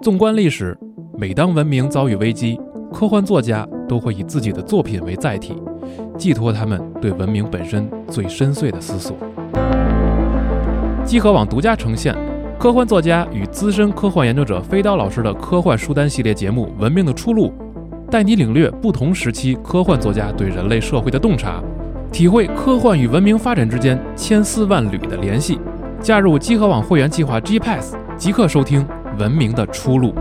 纵观历史，每当文明遭遇危机，科幻作家都会以自己的作品为载体，寄托他们对文明本身最深邃的思索。集合网独家呈现科幻作家与资深科幻研究者飞刀老师的科幻书单系列节目《文明的出路》，带你领略不同时期科幻作家对人类社会的洞察，体会科幻与文明发展之间千丝万缕的联系。加入集合网会员计划 G Pass，即刻收听《文明的出路》。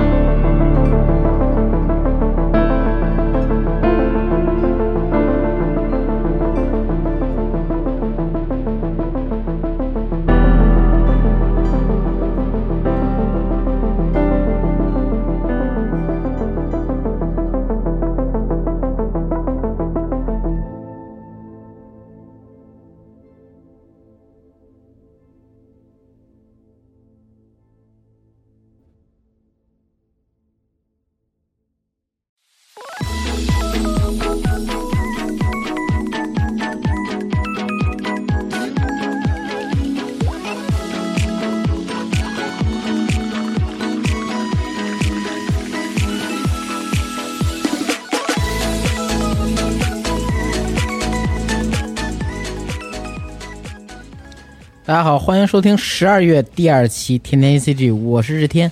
大家好，欢迎收听十二月第二期《天天 A C G》，我是日天。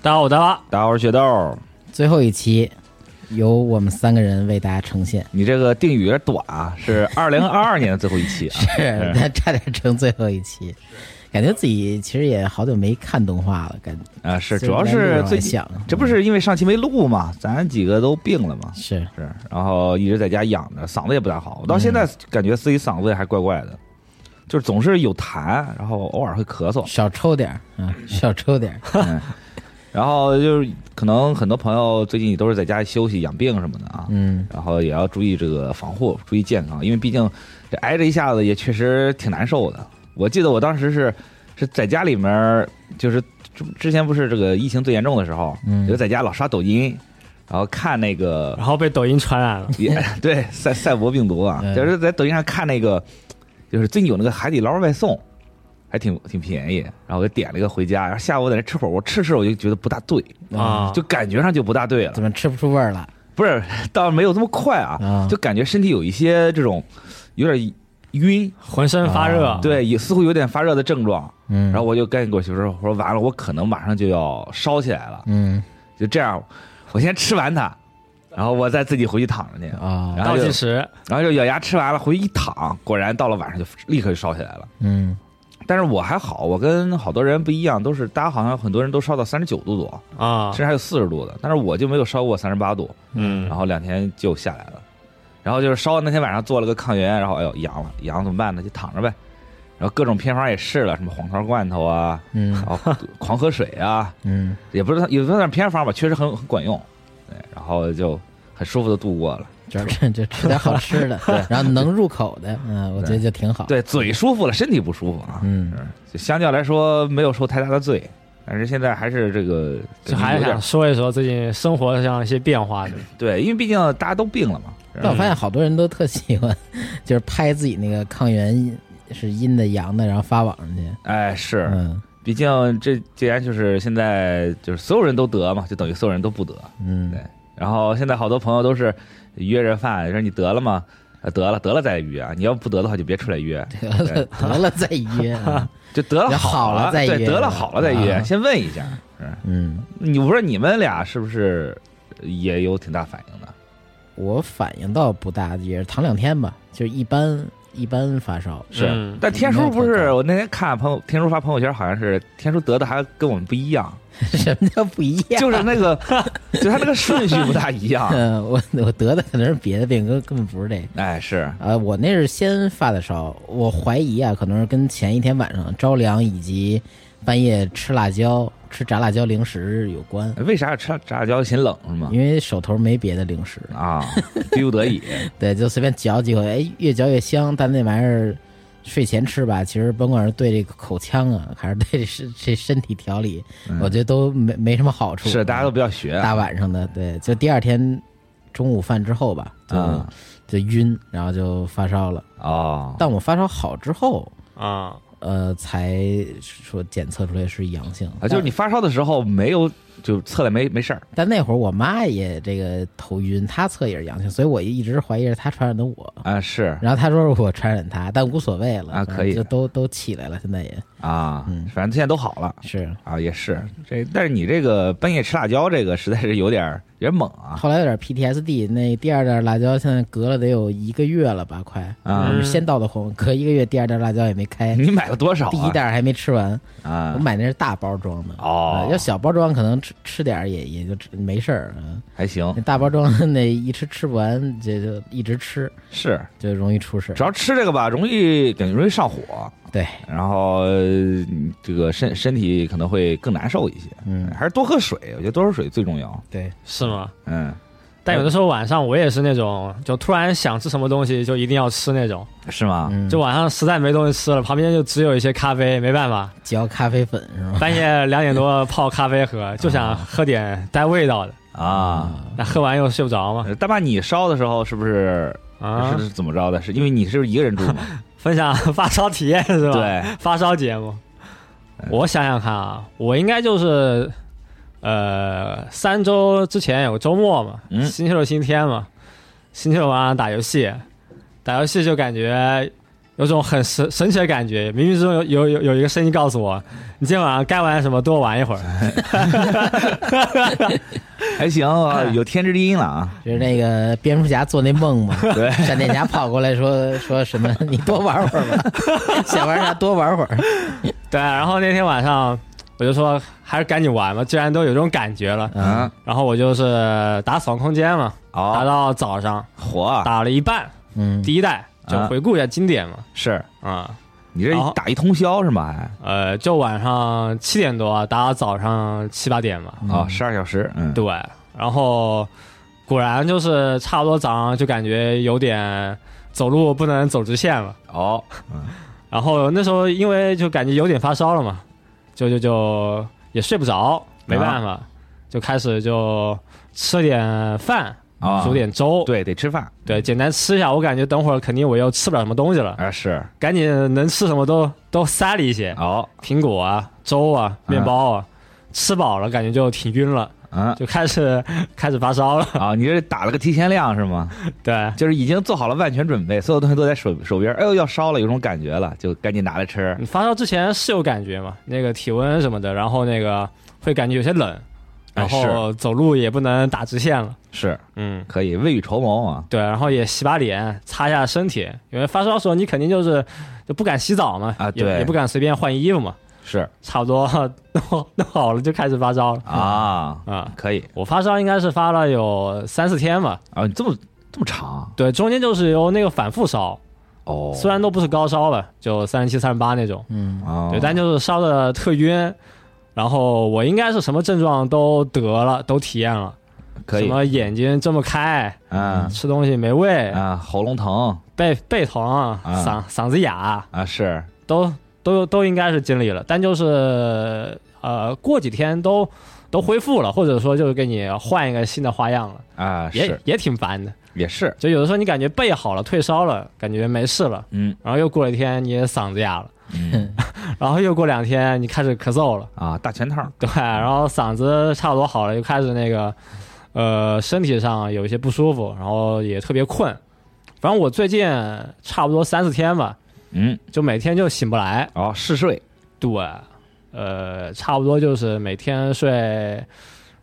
大家好，我大巴，大伙儿雪豆，最后一期由我们三个人为大家呈 现，你这个定语有点短啊，是二零二二年的最后一期啊。是那差点成最后一期，感觉自己其实也好久没看动画了，感啊，是，就主要是最近，想这不是因为上期没录嘛，咱几个都病了嘛，是，是，然后一直在家养着，嗓子也不大好，我到现在感觉自己嗓子还怪怪的，就是总是有痰，然后偶尔会咳嗽少抽点儿啊，少抽 点儿。嗯，然后就是可能很多朋友最近也都是在家休息养病什么的啊，嗯，然后也要注意这个防护，注意健康，因为毕竟这挨着一下子也确实挺难受的。我记得我当时是是在家里面儿，就是之之前不是这个疫情最严重的时候，嗯我就在家老刷抖音，然后看那个 然后被抖音传染了，也对赛赛博病毒啊嗯，就是在抖音上看那个，就是最近有那个海底捞外送，还挺挺便宜，然后我就点了一个回家，然后下午我在那吃火锅，吃着吃着我就觉得不大对啊就感觉上就不大对了怎。么吃不出味儿了？不是，倒没有这么快啊，啊就感觉身体有一些这种有点晕，浑身发热，啊对，也似乎有点发热的症状。嗯，然后我就赶紧跟我媳妇说：“我说完了，我可能马上就要烧起来了，嗯就这样，我先吃完它，然后我再自己回去躺着去。”啊然后倒就计时，然后就咬牙吃完了，回去一躺，果然到了晚上就立刻就烧起来了。嗯但是我还好，我跟好多人不一样，都是大家好像很多人都烧到三十九度多，啊甚，至还有四十度的，但是我就没有烧过三十八度。嗯然，后两天就下来了，然后就是烧完那天晚上做了个抗原，然后哎呦阳了，阳了怎么办呢？就躺着呗。然后各种偏方也试了，什么黄桃罐头 啊，嗯然后狂喝水啊，嗯，也不是也不算偏方吧，确实很很管用。对，然后就很舒服的度过了，主要是就吃点好吃 的，然后能入口的，嗯，我觉得就挺好。，对，嘴舒服了，身体不舒服啊。嗯是，就相较来说没有受太大的罪，但是现在还是这个就还是有点想说一说最近生活上一些变化的，对，因为毕竟大家都病了嘛。是但我发现好多人都特喜欢，就是拍自己那个抗原是阴的阳的，然后发网上去。哎，是，嗯毕竟这既然就是现在就是所有人都得嘛，就等于所有人都不得。嗯对然后现在好多朋友都是约人饭，说你得了吗？啊，得了，得了再约啊！你要不得的话就别出来约，得了得了再 约啊。就得了好好了再约对，得了好了再约，啊先问一下。嗯，你我说你们俩是不是也有挺大反应的？我反应倒不大，也是躺两天吧，就是一般一般发烧。是，嗯但天叔不没有特是？高我那天看朋友天叔发朋友圈，好像是天叔得的还跟我们不一样， 什么叫不一样？ 就是那个，就他那个顺序不大一样。嗯，我我得的可能是别的病，根根本不是这个。哎，是，呃，我那是先发的烧，我怀疑啊，可能是跟前一天晚上着凉以及半夜吃辣椒、吃炸辣椒零食有关，为啥要吃炸辣椒嫌冷是吗？因为手头没别的零食， 啊，逼不 得已。对，就随便嚼几口，哎，越嚼越香，但那玩意儿睡前吃吧，其实甭管是对这个口腔啊，还是对这身这身体调理，我觉得都没没什么好处。嗯是，大家都不要学啊。大晚上的，对，就第二天中午饭之后吧，就、啊就晕，然后就发烧了。哦，但我发烧好之后，啊，呃，才说检测出来是阳性。啊，就是你发烧的时候没有就测了没没事儿，但那会儿我妈也这个头晕，她测也是阳性，所以我一直怀疑是她传染的我。啊是然后她说是我传染她，但无所谓了啊反正可以就都都起来了，现在也啊嗯，反正现在都好了是。啊，也是这，但是你这个半夜吃辣椒这个实在是有点儿有点猛啊后来有点 PTSD，那第二袋辣椒现在隔了得有一个月了吧，快。啊我！们嗯先到的红，隔一个月第二袋辣椒也没开， 你买了多少啊？第一袋还没吃完。啊我，买那是大包装的哦呃要小包装可能吃吃点儿也也就吃没事儿。嗯，还行那大包装那一吃吃不完，这就一直吃是，就容易出事儿主。要吃这个吧，容易对容易上火，对，然后呃这个身身体可能会更难受一些，嗯，还是多喝水，我觉得多喝水最重要。对，是吗？嗯，但有的时候晚上我也是那种，就突然想吃什么东西就一定要吃那种，哎是吗？嗯，就晚上实在没东西吃了，旁边就只有一些咖啡，没办 法，嚼咖啡粉是吗？半夜两点多泡咖啡喝，就想喝点带味道的，啊，那喝完又睡不着嘛。大爸，你烧的时候是不 是啊是，是怎么着的？是因为你是一个人住吗？ 分享发烧体验是吧？，对， 发烧节目嗯。我想想看啊，我应该就是，呃，三周之前有个周末嘛，嗯星期六、星期天嘛，星期六晚上打游戏，打游戏就感觉有种很神神奇的感觉，冥冥之中有有有有一个声音告诉我，你今天晚上该玩什么，多玩一会儿。哎还 行，啊有天之低音了啊。就是那个蝙蝠侠做那梦嘛， 对，闪电侠跑过来说说什么，你多玩会儿 吧，想玩啥多玩会儿。对，然后那天晚上我就说，还是赶紧玩吧，既然都有这种感觉了。嗯，然后我就是打扫空间嘛，打哦，到早上，火啊打了一半，嗯，第一代就回顾一下经典嘛，是啊、你这然后打一通宵是吗？还呃，就晚上七点多打到早上七八点嘛，啊，十二小时，嗯，对，然后果然就是差不多早上就感觉有点走路不能走直线了，哦，然后那时候因为就感觉有点发烧了嘛，就就就也睡不着，没啊办法，就开始就吃了点饭，啊，煮点粥，对，得吃饭对，简单吃一下，我感觉等会儿肯定我又吃不了什么东西了，啊，是赶紧能吃什么都都塞了一些，哦， 苹果啊、粥啊、面包啊，吃饱了感觉就挺晕了，嗯，就开始 开始发烧了。啊，你这打了个提前量是吗？对就是已经做好了万全准备，所有东西都在手手边儿，哎呦要烧了，有种感觉了，就赶紧拿来吃你发烧之前是有感觉嘛，那个体温什么的，然后那个会感觉有些冷，哎然后走路也不能打直线了。是嗯，可以未雨绸缪啊。对，然后也洗把脸，擦一下身体，因为发烧的时候你肯定就是就不敢洗澡嘛，啊对也也不敢随便换衣服嘛，是差不多 弄弄好了就开始发烧了啊，啊、可以我发烧应该是发了有三四天吧，啊，你这么这么长对，中间就是由那个反复烧，哦，啊虽然都不是高烧了，就三十七、三十八那种，嗯， 哦对，但就是烧的特晕。然后我应该是什么症状都得了，都体验了，可什以么嗯眼睛睁不开，啊吃东西没胃，啊，喉咙疼背背疼，嗓嗓子哑，啊，是都都都应该是经历了。但就是呃，过几天都都恢复了，或者说就是给你换一个新的花样了，啊，也是也挺烦的。也是，就有的时候你感觉背好了，退烧了，感觉没事了，嗯然后又过了一天你也嗓子哑了。嗯然后又过两天，你开始咳嗽了， 啊，大全套对，然后嗓子差不多好了，又开始那个，呃，身体上有一些不舒服，然后也特别困。反正我最近差不多三四天吧，嗯就每天就醒不来，哦，嗜睡对，呃，差不多就是每天睡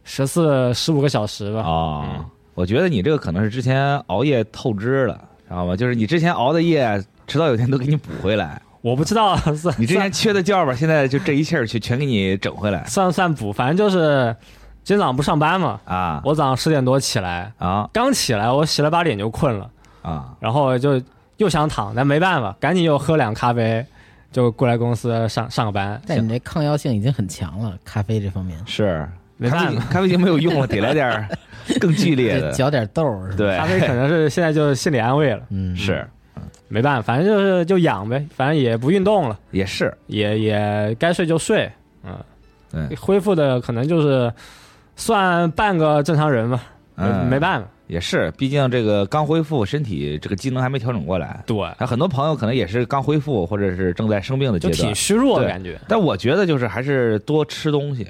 十四十五个小时吧。嗯哦，我觉得你这个可能是之前熬夜透支了，知道吗？就是你之前熬的夜，迟早有一天都给你补回来。我不知道 算你之前缺的觉吧，现在就这一气儿去全给你整回来算不算补，反正就是今天早上不上班嘛，啊我早上十点多起来，啊刚起来我洗了把脸就困了。啊！然后就又想躺，但没办法，赶紧又喝两咖啡，就过来公司上上个班。但你这抗药性已经很强了，咖啡这方面，是，没咖办啡法咖啡已经没有用了，得来点 儿更剧烈这的。嚼点豆儿是吧，对咖，啡可能是现在就是心理安慰了，嗯， 是没办法，反正就是就养呗，反正也不运动了，也是，也也该睡就睡，嗯恢复的可能就是算半个正常人吧，没嗯，没办法，也是，毕竟这个刚恢复，身体这个机能还没调整过来。对，那很多朋友可能也是刚恢复，或者是正在生病的阶就段挺，虚弱的对感觉。但我觉得就是还是多吃东西，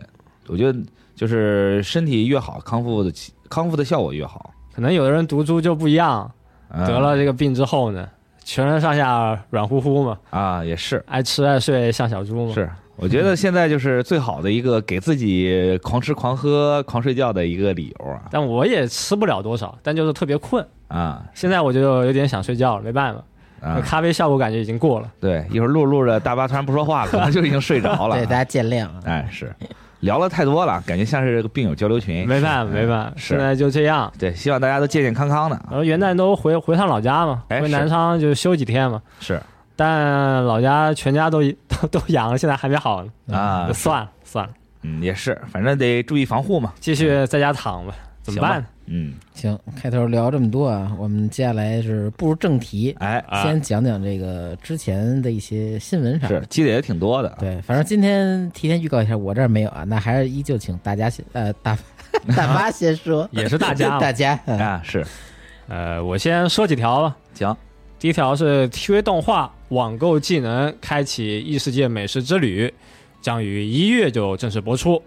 我觉得就是身体越好，康复的起康复的效果越好。可能有的人毒株就不一样，嗯得了这个病之后呢，全身上下软乎乎嘛，啊，也是爱吃爱睡像小猪嘛。是，我觉得现在就是最好的一个给自己狂吃狂喝狂睡觉的一个理由啊但我也吃不了多少，但就是特别困。啊现在我就有点想睡觉了，没办法，那啊！咖啡效果感觉已经过了。对，一会儿录着录着，大巴突然不说话了，可能就已经睡着 了对。大家见谅啊。哎，是聊了太多了，感觉像是这个病友交流群。没办法，没办法，哎是现在就这样。对，希望大家都健健康康的啊。然后元旦都回回趟老家嘛，哎回南昌就休几天嘛。是但老家全家都 都都阳了，现在还没好呢，啊就，算了算了，嗯，也是，反正得注意防护嘛。继续在家躺吧，怎么办行呢？嗯，行，开头聊这么多啊，我们接下来是步入正题，哎，啊先讲讲这个之前的一些新闻啥的。是积累也挺多的。对，反正今天提前预告一下，我这儿没有啊，那还是依旧请大家先呃 大大妈先说，也是大家 嘛大家嗯啊，是 呃，我先说几条吧。行，第一条是 TV 动画网购技能开启异世界美食之旅，将于一月就正式播出。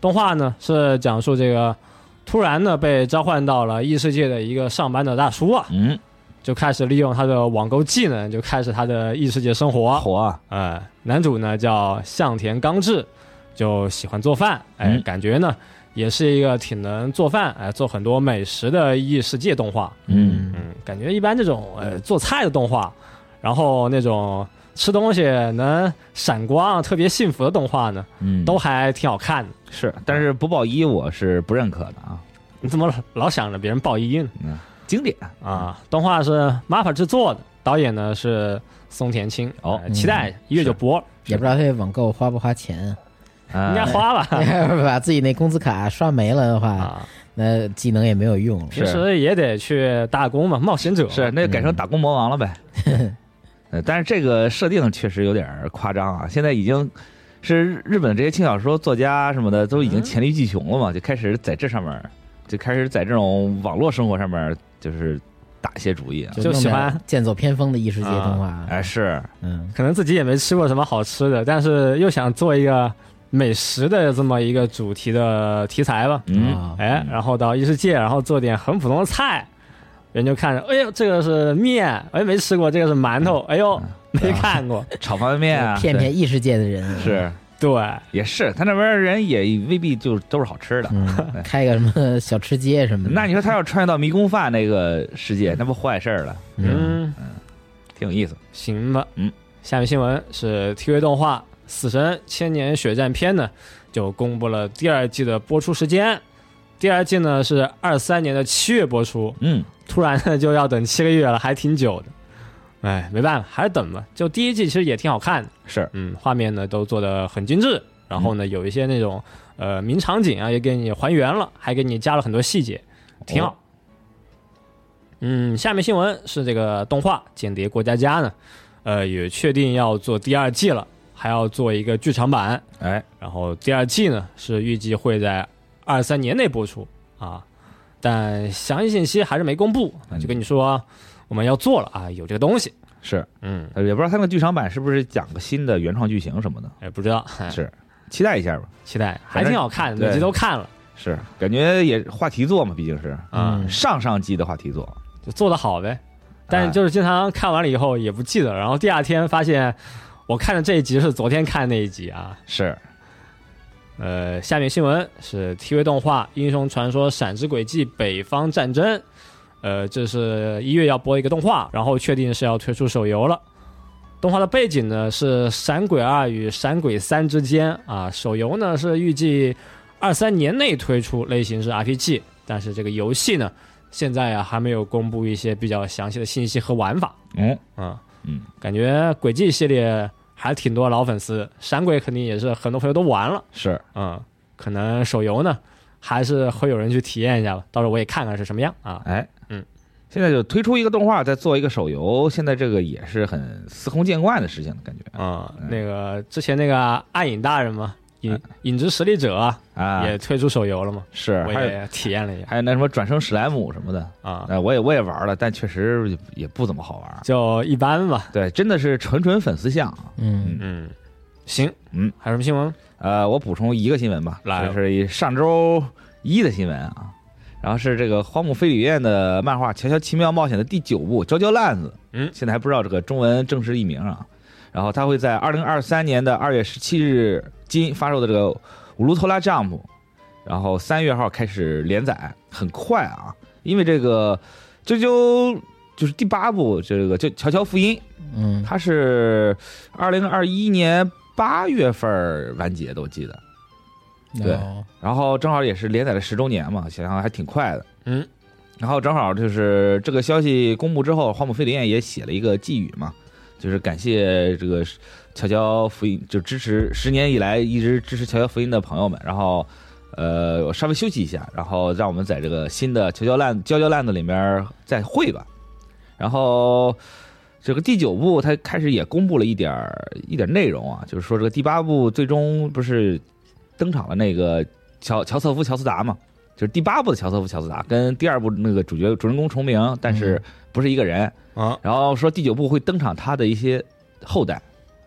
动画呢是讲述这个突然呢被召唤到了异世界的一个上班的大叔啊，嗯，就开始利用他的网购技能，就开始他的异世界生活。火啊，呃，男主呢叫向田刚志，就喜欢做饭，哎，嗯感觉呢也是一个挺能做饭，哎，做很多美食的异世界动画。嗯嗯，感觉一般这种呃做菜的动画，然后那种吃东西能闪光、特别幸福的动画呢，嗯，都还挺好看的。是，但是不报一我是不认可的啊。你怎么老老想着别人报一呢？嗯，经典啊，嗯动画是 MAPPA 制作的，导演呢是松田清。哦呃期待一月就播了，也不知道这网购花不花钱，啊应该花吧？要是 把自己那工资卡刷没了的哎话，啊，那技能也没有用了。平时也得去打工嘛，冒险者是那就改成嗯打工魔王了呗。 呃，但是这个设定确实有点儿夸张啊！现在已经是日本这些轻小说作家什么的都已经黔驴技穷嗯了嘛，就开始在这上面儿，就开始在这种网络生活上面儿就是打一些主意啊。就弄喜点欢剑走偏锋的异世界动画，哎，是嗯，可能自己也没吃过什么好吃的，但是又想做一个美食的这么一个主题的题材吧。嗯，啊哎，然后到异世界，然后做点很普通的菜，人就看着，哎呦，这个是面，哎，没吃过，这个是馒头，哎呦，没看过，炒方便面啊，骗骗异世界的人对是 对，也是，他那边儿人也未必就都是好吃的。嗯，开个什么小吃街什么的，那你说他要穿越到迷宫饭那个世界，那不坏事儿了，嗯，嗯，挺有意思。行吧，嗯，下面新闻是 TV 动画《死神千年血战篇》呢，就公布了第二季的播出时间，第二季呢是二三年的七月播出，嗯，突然呢就要等七个月了，还挺久的。哎，没办法，还是等吧。就第一季其实也挺好看的，是，嗯，画面呢都做的很精致，然后呢有一些那种呃名场景啊也给你还原了，还给你加了很多细节，挺好。哦嗯，下面新闻是这个动画《间谍过家家》呢，呃，也确定要做第二季了，还要做一个剧场版。哎，然后第二季呢是预计会在二三年内播出啊，但详细信息还是没公布，就跟你说我们要做了啊，有这个东西。是，嗯，呃也不知道他那个剧场版是不是讲个新的原创剧情什么的，哎，不知道，哎是期待一下吧。期待，还挺好看，对每集都看了是，感觉也话题作嘛，毕竟是啊，嗯上上季的话题作。哎就做得好呗。但是就是经常看完了以后也不记得，然后第二天发现我看的这一集是昨天看那一集啊。是，呃，下面新闻是 TV 动画《英雄传说：闪之轨迹：北方战争》，呃，这是一月要播一个动画，然后确定是要推出手游了。动画的背景呢是《闪鬼二》与《闪鬼三》之间啊，手游呢是预计二三年内推出，类型是 RPG，但是这个游戏呢现在啊还没有公布一些比较详细的信息和玩法。嗯，嗯嗯，感觉轨迹系列还挺多老粉丝，闪鬼肯定也是很多朋友都玩了。是，嗯，可能手游呢还是会有人去体验一下吧，到时候我也看看是什么样啊。哎，嗯，现在就推出一个动画，再做一个手游，现在这个也是很司空见惯的事情，感觉。啊嗯嗯，那个之前那个暗影大人嘛，影影之实力者啊啊，也推出手游了嘛，是我还有也体验了一下还有那什么转生史莱姆什么的，啊，呃，我也我也玩了，但确实也也不怎么好玩。就一般吧。对，真的是纯纯粉丝向啊。嗯嗯，行，嗯，还有什么新闻？呃，我补充一个新闻吧，来就是一上周一的新闻啊，然后是这个荒木飞吕彦的漫画《乔乔奇妙冒险》的第九部《嚼嚼烂子》，嗯现在还不知道这个中文正式译名啊。然后他会在二零二三年的二月十七日今发售的这个《五路托拉 Jump》，然后三月号开始连载，很快啊，因为这个这就就是第八部这个就《乔乔福音》，嗯它是二零二一年八月份儿完结的，我记得。对哦然后正好也是连载了十周年嘛，想想还挺快的。嗯，然后正好就是这个消息公布之后，花木飞林彦也写了一个寄语嘛，就是感谢这个乔乔福音，就支持十年以来一直支持乔乔福音的朋友们。然后，呃，我稍微休息一下，然后让我们在这个新的乔乔烂焦焦烂子里面再会吧。然后。这个第九部，它开始也公布了一点儿一点儿内容啊，就是说这个第八部最终不是登场了那个乔乔瑟夫乔斯达嘛，就是第八部的乔瑟夫乔斯达，跟第二部那个主角主人公重名，但是不是一个人。啊，然后说第九部会登场他的一些后代，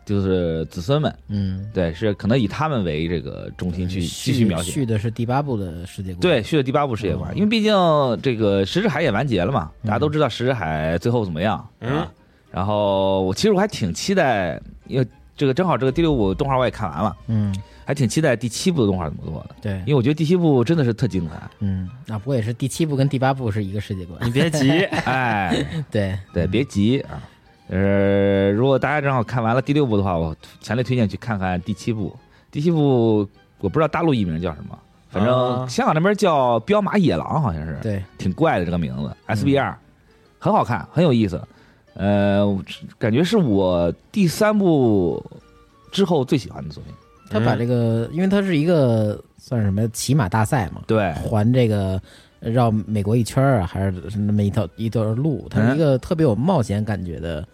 就是子孙们，嗯，对，是可能以他们为这个中心去继续描写。呃续的是第八部的世界观。对，续的第八部世界观，嗯因为毕竟这个石之海也完结了嘛，大家都知道石之海最后怎么样，嗯是吧然后我其实我还挺期待，因为这个正好这个第六部动画我也看完了，嗯，还挺期待第七部的动画怎么做的，对因，为我觉得第七部真的是特精彩。嗯，啊，不过也是第七部跟第八部是一个世界观。你别 急，哎，对，对，别急啊。呃，如果大家正好看完了第六部的话，我强烈推荐去看看第七部。第七部我不知道大陆译名叫什么，反啊正香港那边叫《彪马野狼》，好像是，对，挺怪的这个名字。SBR，、很好看，很有意思。呃，我感觉是我第三部之后最喜欢的作品。他把这个，因为它是一个算是什么骑马大赛嘛，对，环这个绕美国一圈儿啊，还是那么一条一段路，它是一个特别有冒险感觉的，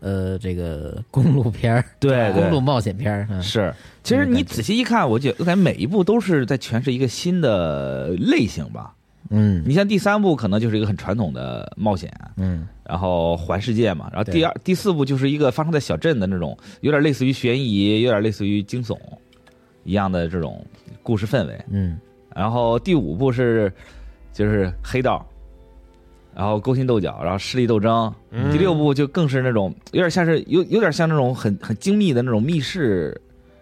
呃，这个公路片儿， 对公路对。冒险片儿，嗯是，其实你仔细一看，我觉得感觉每一部都是在诠释一个新的类型吧。嗯你像第三部可能就是一个很传统的冒险，啊嗯然后环世界嘛，然后对第二、第四部就是一个发生在小镇的那种，有点类似于悬疑，有点类似于惊悚一样的这种故事氛围。嗯，然后第五部是就是黑道，然后勾心斗角，然后势力斗争。嗯第六部就更是那种有点像是有有点像那种很很精密的那种密室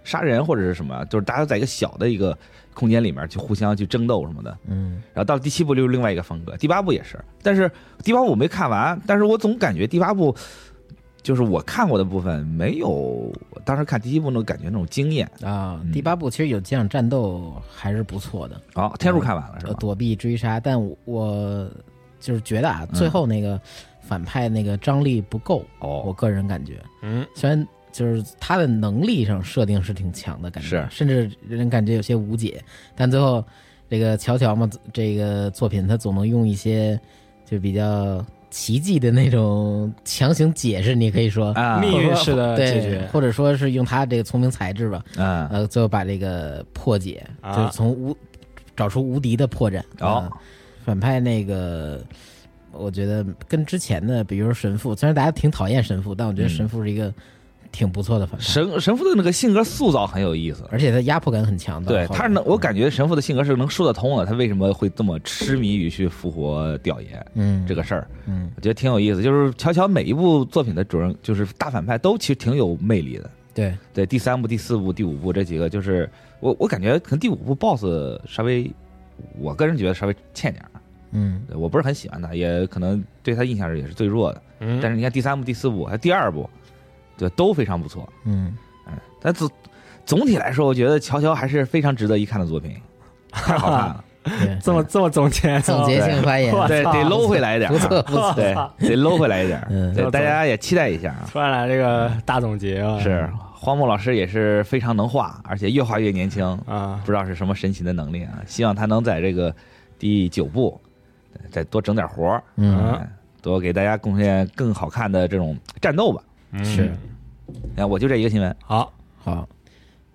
杀人或者是什么，就是大家在一个小的一个空间里面去互相去争斗什么的。嗯然后到了第七部就是另外一个风格，第八部也是，但是第八部我没看完，但是我总感觉第八部就是我看过的部分没有我当时看第七部那种感觉那种惊艳。啊嗯，第八部其实有几场战斗还是不错的，哦，天数看完了是呃，吧？躲避追杀，但我我就是觉得啊，嗯最后那个反派那个张力不够，我哦，个人感觉，嗯，虽然就是他的能力上设定是挺强的，感觉是甚至让人感觉有些无解，但最后这个乔乔嘛，这个作品他总能用一些就比较奇迹的那种强行解释，你可以说啊，命运式的解对，决，或者说是用他这个聪明才智吧，嗯，呃，最后把这个破解，啊就是从无找出无敌的破绽。哦啊，反派那个，我觉得跟之前的，比如说神父，虽然大家挺讨厌神父，但我觉得嗯神父是一个挺不错的反派，神神父的那个性格塑造很有意思。而且他压迫感很强嗯的。对，后来他是能，我感觉神父的性格是能说得通的。他为什么会这么痴迷于去复活调研嗯这个事儿？嗯我觉得挺有意思。就是乔乔每一部作品的主人，就是大反派都其实挺有魅力的。对对，第三部、第四部、第五部这几个，就是我我感觉可能第五部 BOSS 稍微，我个人觉得稍微欠点儿，嗯对我不是很喜欢他，也可能对他印象也是最弱的。嗯，但是你看第三部、第四部还有第二部，对，都非常不错。嗯但总总体来说，我觉得《乔乔》还是非常值得一看的作品，太好看了。对这么这么总结，总结性发言，哇对，操得搂回来一点儿不，错不错， 对，得搂回来一点儿。嗯对，大家也期待一下啊。突然来这个大总结啊，是荒木老师也是非常能画，而且越画越年轻。啊，不知道是什么神奇的能力啊！希望他能在这个第九部呃再多整点活儿，嗯啊嗯，多给大家贡献更好看的这种战斗吧。嗯是哎，我就这一个新闻，好，好。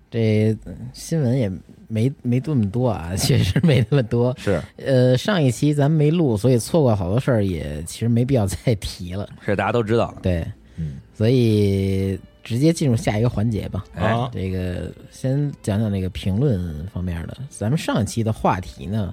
这新闻也没没那么多啊，确实没那么多。是呃，上一期咱们没录，所以错过好多事儿，也其实没必要再提了。是，大家都知道了。对，嗯，所以直接进入下一个环节吧。哎啊这个先讲讲那个评论方面的。咱们上一期的话题呢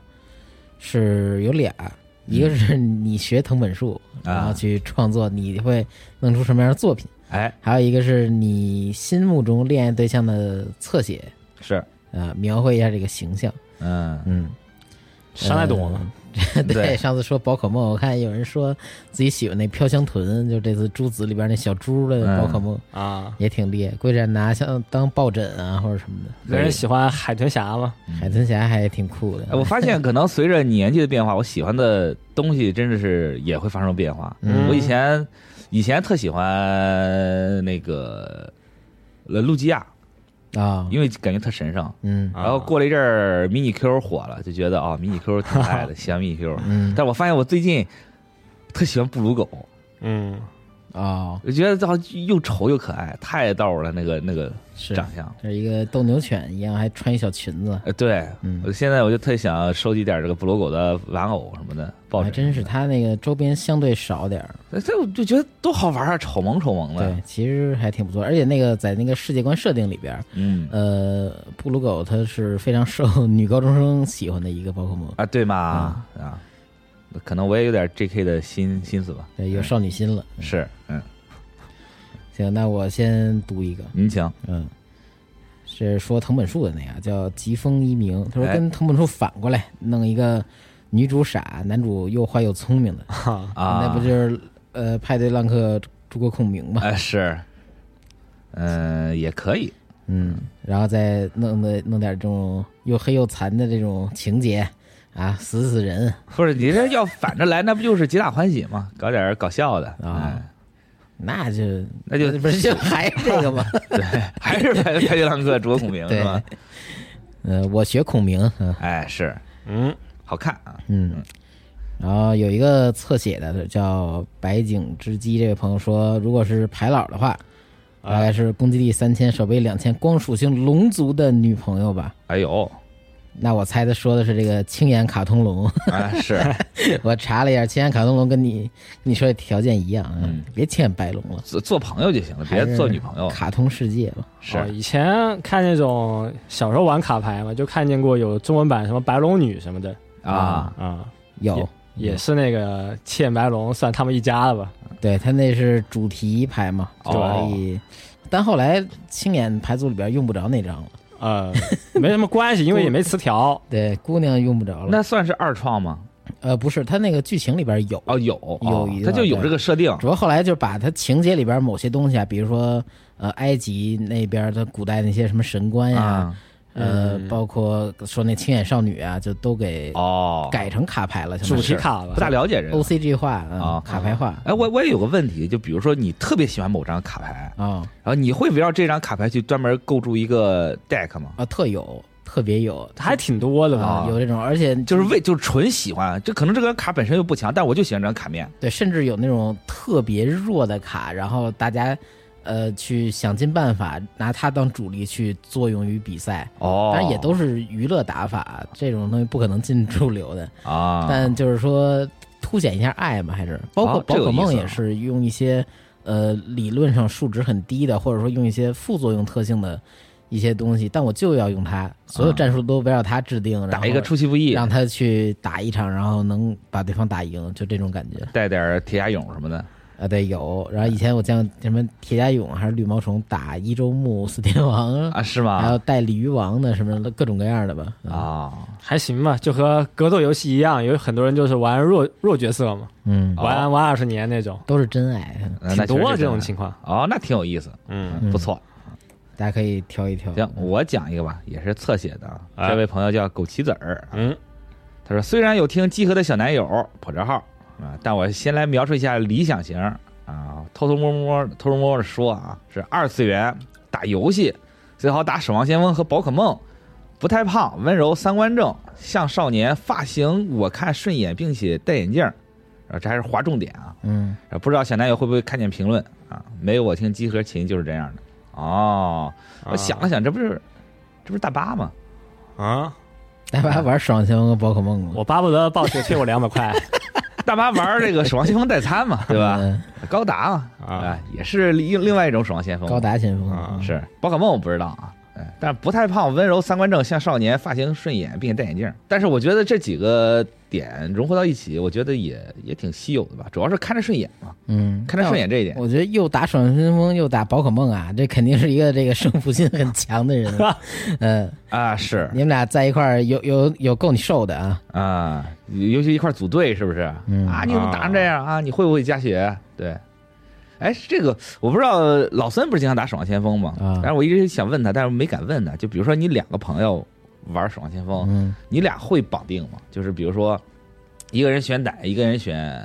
是有俩，嗯一个是你学藤本树，啊然后去创作，你会弄出什么样的作品？哎，还有一个是你心目中恋爱对象的侧写，是，啊，描绘一下这个形象。嗯，嗯，山奈朵嘛，呃 对，对上次说宝可梦，我看有人说自己喜欢那飘香豚，就这次朱子里边那小猪嗯的宝可梦、啊，也挺厉害，估计是拿像当抱枕啊或者什么的。没人喜欢海豚侠嘛，海豚侠还挺酷的哎。我发现可能随着年纪的变化，我喜欢的东西真的是也会发生变化。嗯我以前以前特喜欢那个呃路基亚，啊，因为感觉特神圣。嗯啊然后过了一阵儿，mini Q 火了，就觉得啊、哦、，mini Q 挺爱 的，喜欢 mini Q。嗯但我发现我最近特喜欢布鲁狗，嗯， 哦，我觉得他又丑又可爱，太逗了那个那个是长相。这是一个斗牛犬一样，还穿一小裙子，呃，对，嗯我现在我就特想收集点这个布鲁狗的玩偶什么的，抱还枕。真是它那个周边相对少点儿。哎，这我就觉得多好玩啊，丑萌丑萌的。对，其实还挺不错，而且那个在那个世界观设定里边，嗯呃，布鲁狗它是非常受女高中生喜欢的一个宝 可梦，啊，对嘛、啊，可能我也有点 J.K. 的心心思吧。嗯对，有少女心了。是，嗯，行，那我先读一个，您请。嗯，是说藤本树的那个叫疾风一鸣，他说哎跟藤本树反过来弄一个女主傻，男主又坏又聪明的，哈，啊，那不就是呃派对浪客诸葛孔明吗？哎是，嗯、也可以。嗯，然后再弄的弄点这种又黑又残的这种情节啊，死死人，不是你这要反着来，那不就是皆大欢喜吗？搞点搞笑的啊嗯那就那就不是就 还是这 个吗？对， 还是拍拍流浪客捉孔明对是吧？呃，我学孔明，嗯哎，是嗯，好看啊，嗯，然后有一个侧写的叫白井之基这位朋友说，如果是排老的话，啊大概是攻击力三千、守备两千、光属性龙族的女朋友吧。哎呦，那我猜他说的是这个青眼卡通龙，啊是， 我查了一下，青眼卡通龙跟你你说的条件一样，啊嗯，哦别青眼白龙了，做做朋友就行了，别还是做女朋友了。卡通世界吧，是哦以前看那种小时候玩卡牌嘛，就看见过有中文版什么白龙女什么的啊，嗯啊，有，也是那个七眼白龙算他们一家了 吧？对他那是主题牌嘛，哦所以，但后来青眼牌组里边用不着那张了，呃，没什么关系，因为也没词条。对，姑娘用不着了。那算是二创吗？呃，不是，他那个剧情里边有，哦，有有哦一，他个就有对这个设定只不过后来就把他情节里边某些东西啊，比如说呃埃及那边的古代那些什么神官呀、啊，呃，嗯包括说那青眼少女啊，就都给哦，改成卡牌了，主相题是卡吧，不大了解人当于 O。C G 化啊啊，卡牌化哎，我我也有个问题，就比如说你特别喜欢某张卡牌，啊然后你会围绕这张卡牌去专门构筑一个 deck 吗？啊，特有，特别有。还挺多的吧？啊，有这种，而且就是为就是纯喜欢，这可能这个卡本身又不强，但我就喜欢这张卡面。对，甚至有那种特别弱的卡，然后大家，呃，去想尽办法拿它当主力去作用于比赛，哦当然也都是娱乐打法，这种东西不可能进主流的。啊，但就是说凸显一下爱嘛，还是包括哦宝这有可意梦思也是用一些呃理论上数值很低的，或者说用一些副作用特性的一些东西，但我就要用它，所有啊战术都围绕它制定，然打后一个出其不意，让他去打一场，然后能把对方打赢，就这种感觉。带点铁甲蛹什么的。啊，对，有。然后以前我见过什么铁甲蛹还是绿毛虫打一周目四天王，啊，是嗯还吗有？带鲤鱼王的什么的各种各样的吧。啊，啊，还行吧，就和格斗游戏一样，有很多人就是玩弱弱角色嘛，嗯，哦玩玩二十年那种，都是真爱，那挺确实多是这种样情况。哦，那挺有意思，嗯，嗯不错。大家可以挑一挑。行，我讲一个吧，也是侧写的啊。哎这位朋友叫枸杞子儿，啊嗯，他说虽然有听集合的小男友破折号啊，但我先来描述一下理想型啊，偷偷摸摸、偷偷摸摸的说啊，是二次元打游戏，最好打守望先锋和宝可梦，不太胖，温柔，三观正，像少年，发型我看顺眼，并且戴眼镜儿，啊，这还是划重点啊，嗯，啊不知道小男友会不会看见评论啊？没有我听集合琴就是这样的哦。我想了想，这不是这不是大巴吗？啊！大家玩爽枪跟宝可梦吗？我巴不得暴雪退我两百块大巴玩这个守望先锋代餐嘛，对吧？嗯？高达嘛，啊！啊，也是另另外一种守望先锋。高达前锋啊嗯是宝可梦，我不知道啊。哎但不太胖，温柔，三观正，像少年，发型顺眼，并且戴眼镜。但是我觉得这几个点融合到一起，我觉得也也挺稀有的吧。主要是看着顺眼嘛，嗯，看着顺眼这一点。我觉得又打爽先锋又打宝可梦啊，这肯定是一个这个胜负心很强的人。嗯，啊，是你们俩在一块儿有有有够你受的啊！啊，尤其一块儿组队，是不是？嗯啊，你怎么打成这样啊？你会不会加血？对，哎，这个我不知道，老孙不是经常打《守望先锋》吗？啊但是我一直想问他，但是没敢问他。就比如说你两个朋友玩《守望先锋》，嗯你俩会绑定吗？就是比如说，一个人选奶，一个人选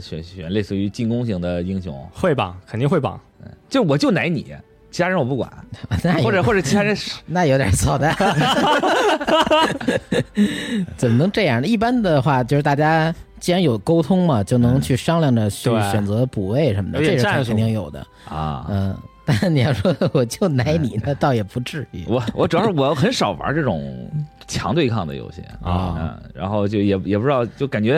选选类似于进攻型的英雄，会绑，肯定会绑。就我就奶你，其他人我不管， 那有或者或者其 他人那有点操蛋， 怎么能这样呢？一般的话，就是大家既然有沟通嘛，就嗯能去商量着去对选择补位什么的，有点这是战术肯定有的。啊。哎嗯，但你要说 我就奶你，那倒也不至于。我我主要是我很少玩这种强对抗的游戏啊嗯，然后就也也不知道，就感觉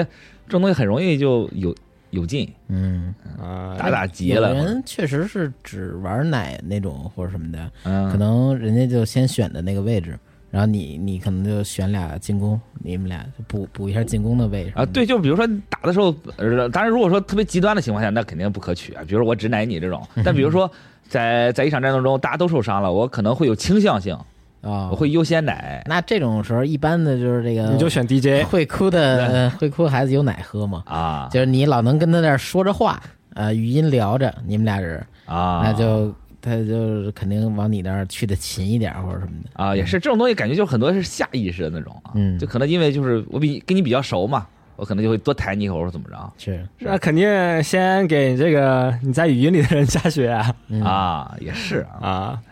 这种东西很容易就有有劲，嗯，啊，打打急有的了，人确实是只玩奶那种或者什么的，嗯，可能人家就先选的那个位置，然后你你可能就选俩进攻，你们俩就补补一下进攻的位置啊，对，就比如说打的时候，呃当然如果说特别极端的情况下，那肯定不可取啊。比如说我只奶你这种，嗯但比如说在在一场战斗中，大家都受伤了，我可能会有倾向性，啊，我会优先奶那这种时候，一般的就是这个，你就选哎 DJ 会哭的、嗯呃会哭的孩子有奶喝嘛？啊就是你老能跟他那儿说着话，呃，语音聊着，你们俩人，啊，那就他就是肯定往你那儿去的勤一点儿或者什么的。啊也是这种东西，感觉就是很多是下意识的那种啊，嗯就可能因为就是我比跟你比较熟嘛，我可能就会多抬你一口，或者怎么着。是，是那肯定先给这个你在语音里的人加血啊，嗯，啊，也是啊，啊，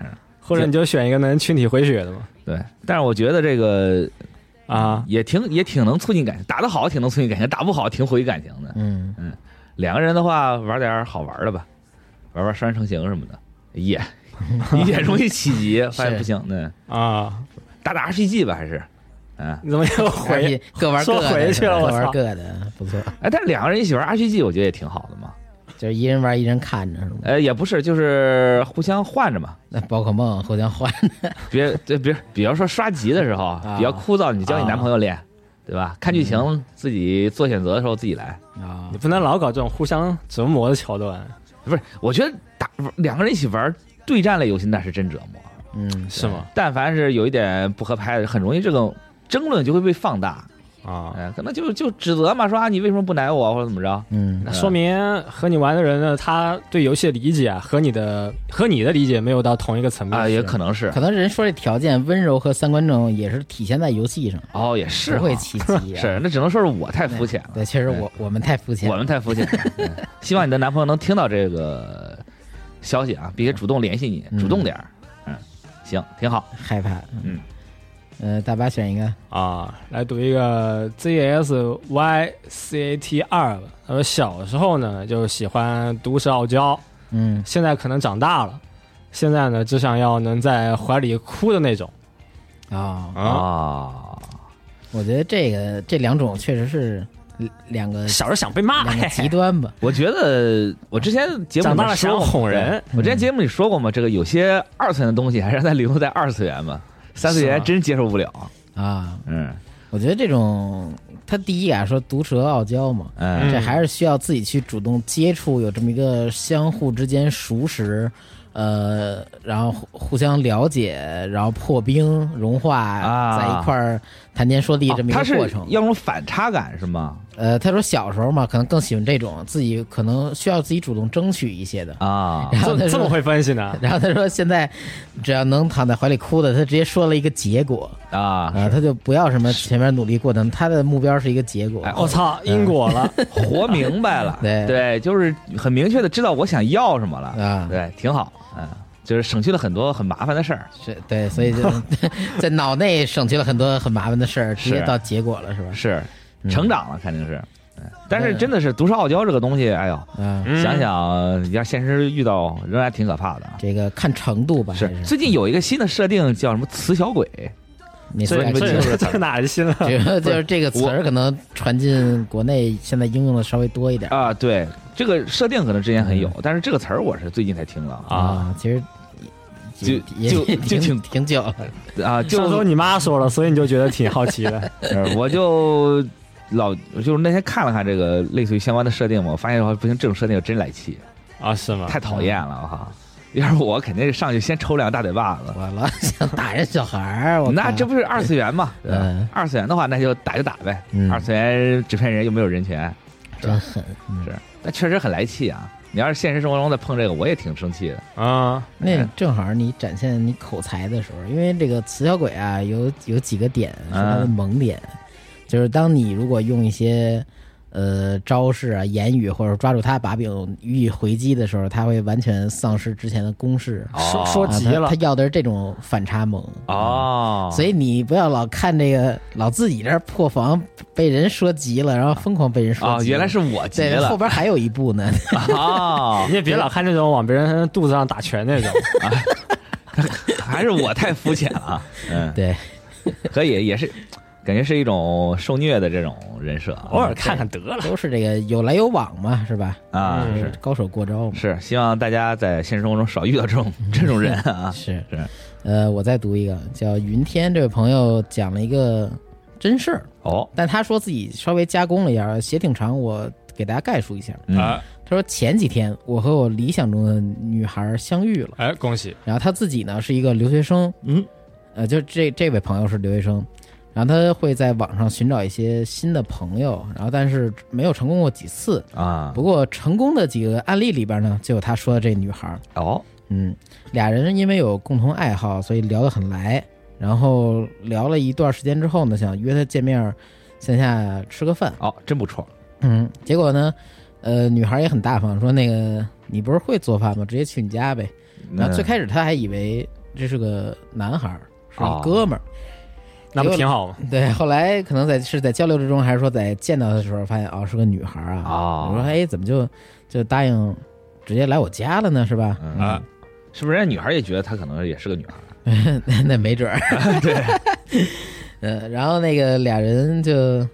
或者你就选一个能群体回血的嘛对，但是我觉得这个嗯啊，也挺也挺能促进感情，打得好挺能促进感情，打不好挺毁感情的。嗯，两个人的话，玩点好玩的吧，玩玩双人成行什么的， 也也容易起急，发现不行，那啊，打打 RPG 吧，还是，嗯，你怎么又回你各玩各说回的，去了各我玩操各的，不错，哎，但是两个人一起玩 RPG，我觉得也挺好的嘛。就是一人玩一人看着是吗？呃，也不是，就是互相换着嘛，那宝可梦互相换，别 对，别比方说刷级的时候啊嗯比较枯燥，你教你啊男朋友练，对吧？看剧情自己做选择的时候自己来。啊你不能老搞这种互相折磨的桥段，不是，我觉得打两个人一起玩对战类游戏那是真折磨。啊嗯，是吗？但凡是有一点不合拍的，很容易这个争论就会被放大，啊，嗯、可能就就指责嘛，说啊你为什么不奶我或者怎么着？嗯那说明和你玩的人呢，他对游戏的理解啊，和你的和你的理解没有到同一个层面啊，也可能是可能人说这条件温柔和三观正也是体现在游戏上，哦，也是不会哈起急、啊， 是，那只能说是我太肤浅了，嗯对，确实我我们太肤浅我了，们太肤浅了。 嗯希望你的男朋友能听到这个消息啊，并且主动联系你，嗯主动点儿。嗯，行，挺好。害怕。嗯，呃，大巴选一个，啊，来读一个 ZSYCAT 二吧。他说小时候呢就喜欢都市傲娇，嗯现在可能长大了，现在呢只想要能在怀里哭的那种啊、啊，我觉得这个这两种确实是两个小时候想被骂，两个嘿极端吧。我觉得我之前节目长里大面了说想过嘛哄人，我之前节目里说过嘛，这个有些二次元的东西还是在留留在二次元嘛，三次是元吗真接受不了。啊，嗯我觉得这种他第一啊说毒舌傲娇嘛，嗯这还是需要自己去主动接触，有这么一个相互之间熟识。呃，然后互互相了解，然后破冰融化，啊哦在一块儿谈天说地这么一他个是过程。要种反差感是吗？呃，他说小时候嘛，可能更喜欢这种，自己可能需要自己主动争取一些的。啊然后他这这说么会分析呢？ 然后他说现在只要能躺在怀里哭的，他直接说了一个结果啊、啊，他就不要什么前面努力过程，他的目标是一个结果。，哎我、操，因果了，活明白了对就是很明确的知道我想要什么了，啊，对，挺好，嗯，就是省去了很多很麻烦的事儿，是对，所 以就在脑内省去了很多很麻烦的事儿，直接是到结果了，是吧？是嗯成长了，肯定是嗯但是真的是毒杀傲娇这个东西，哎呦，啊，嗯想想要现实遇到，仍然挺可怕的啊。这个看程度吧，是还最近有一个新的设定叫什么“雌小鬼你所以再你们听这这这哪儿新啊了？觉得 就是这个词儿可能传进国内，现在应用的稍微多一”点啊，对，这个设定可能之前很有，但是这个词儿我是最近才听到啊。其实就也就也就挺挺挺久了，啊，上周就你妈说了，所以你就觉得挺好奇的。是我就老就是那天看了看这个类似于相关的设定嘛，我发现说不行，这种设定真来气，啊，是吗？太讨厌了哈！要是我肯定上去先抽两个大嘴巴子，我老想打人小孩儿，我那靠这不是二次元嘛？对吧嗯二次元的话，那就打就打呗。嗯二次元纸片人又没有人权，是吧真狠。嗯是，但确实很来气啊！你要是现实生活中再碰这个，我也挺生气的。啊，哎那正好你展现你口才的时候，因为这个雌小鬼啊，有有几个点是它的嗯萌点，就是当你如果用一些呃招式啊、言语或者抓住它把柄予以回击的时候，它会完全丧失之前的攻势。说说啊，急它了它要的是这种反差萌。哦，所以以你不要老看这个，老自己这儿破防，被人说急了，然后疯狂被人说急哦，了原来是我急对，后 了边还有一步呢。哦，你也别老看那种往别人肚子上打拳那种。还是我太肤浅了。嗯，对，可以，也是，感觉是一种受虐的这种人设啊。偶尔看看得了。 都是这个有来有往嘛，是吧？啊，嗯是高手过招嘛。是，希望大家在现实生活中少遇到这种 这种人 啊。是是，呃，我再读一个，叫云天这位朋友讲了一个真事儿，哦，但他说自己稍微加工了一下，写挺长，我给大家概述一下。嗯啊哎他说前几天我和我理想中的女孩相遇了，哎，恭喜！然后他自己呢是一个留学生，嗯，呃，就这这位朋友是留学生。然后他会在网上寻找一些新的朋友，然后但是没有成功过几次。啊不，过成功的几个案例里边呢，就有他说的这女孩。哦，嗯，俩人因为有共同爱好，所以聊得很来。然后聊了一段时间之后呢，想约她见面儿，线下吃个饭。哦，真不错。嗯，结果呢，呃，女孩也很大方，说那个你不是会做饭吗？直接去你家呗。然嗯后最开始她还以为这是个男孩儿，是哦一哥们儿。那不挺好吗？对，后来可能在是在交流之中，还是说在见到的时候发现哦是个女孩儿啊。哦我说哎，怎么就就答应直接来我家了呢？是吧？嗯啊，是不是人家女孩也觉得她可能也是个女孩？ 那那没准儿。 对，嗯，然后那个俩人就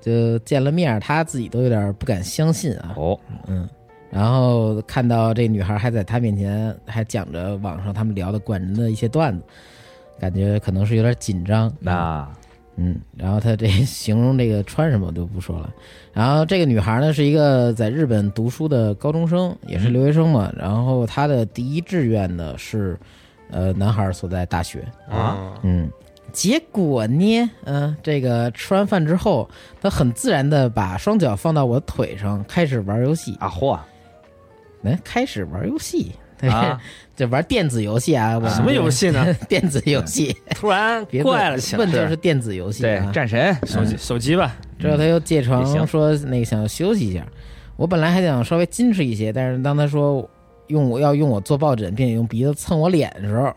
就见了面儿，他自己都有点不敢相信啊，哦，嗯。然后看到这女孩还在他面前还讲着网上他们聊的管人的一些段子，感觉可能是有点紧张。那嗯，然后他这 形容这个穿什么我就不说了。然后这个女孩呢是一个在日本读书的高中生，也是留学生嘛。然后她的第一志愿呢是，呃，男孩所在大学。啊，嗯，结果呢，嗯、这个吃完饭之后，他很自然的把双脚放到我腿上，开始玩游戏。啊嚯哎，开始玩游戏，对，啊 就玩电子游戏啊。我们什么游戏呢？电子游 戏，突然别问怪了起来。问就是电子游戏、对啊。，战神手机手机吧，之后他又借也行床说那个想要休息一下。啊我本来还想稍微矜持一些，但是当他说用我要用我做抱枕，并且用鼻子蹭我脸的时候，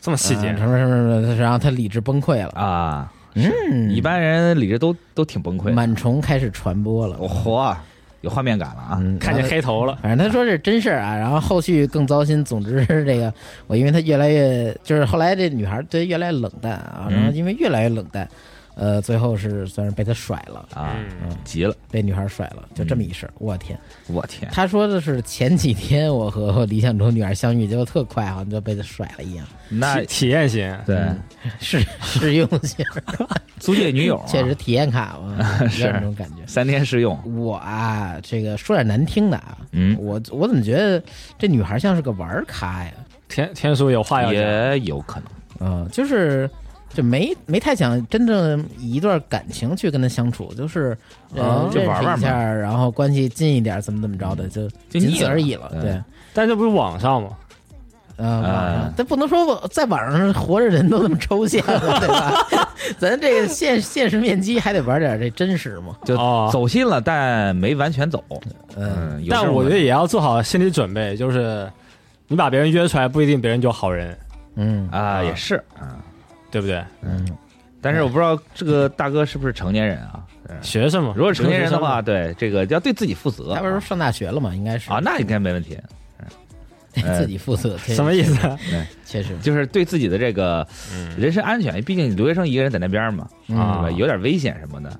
这么细节啊什么什么什么，然后他理智崩溃了。啊，嗯，一般人理智都都挺崩溃的。哦螨虫开始传播了，嚯，有画面感了啊！嗯，看见黑头了。反正他说这是真事儿啊，然后后续更糟心。总之，这个我因为他越来越，就是后来这女孩对他越来越冷淡啊，嗯然后因为越来越冷淡，呃，最后是算是被他甩了，啊，嗯急了，被女孩甩了，就这么一事嗯儿。我天！我天他说的是前几天我和我理想中女孩相遇，结果特快，好像就被他甩了一 样，那体体验型，对是试用 性，租借女友啊确实体验卡嘛，有点哎 是那种感觉。三天试用我啊，这个说点难听的啊，嗯我我怎么觉得这女孩像是个玩儿咖呀？天天叔有话要讲。也有可能啊、就是就没没太想真正以一段感情去跟他相处，就是呃啊就认识玩玩一嘛下，然后关系近一点，怎么怎么着的，就就仅腻此了而已了。嗯对，但这不是网上吗？呃，网上嗯，但不能说我在网上活着人都那么抽象了，对 吧？咱这个现现实面基还得玩点这真实嘛。就哦走心了，但没完全走。嗯，嗯，有这但种我觉可得能也要做好心理准备，就是你把别人约出来，不一定别人就好人，嗯啊也是啊，对不对？嗯，但是我不知道这个大哥是不是成年人啊？学生嘛，如果是成年人的话，哦留学对这个要对自己负责他不是上大学了嘛，应该是啊， 那应该没问题。呃自己负责，生嘛，什么意思啊？确实？确实，就是对自己的这个嗯，人身安全，毕竟你留学生一个人在那边嘛，嗯是啊吧？有点危险什么的，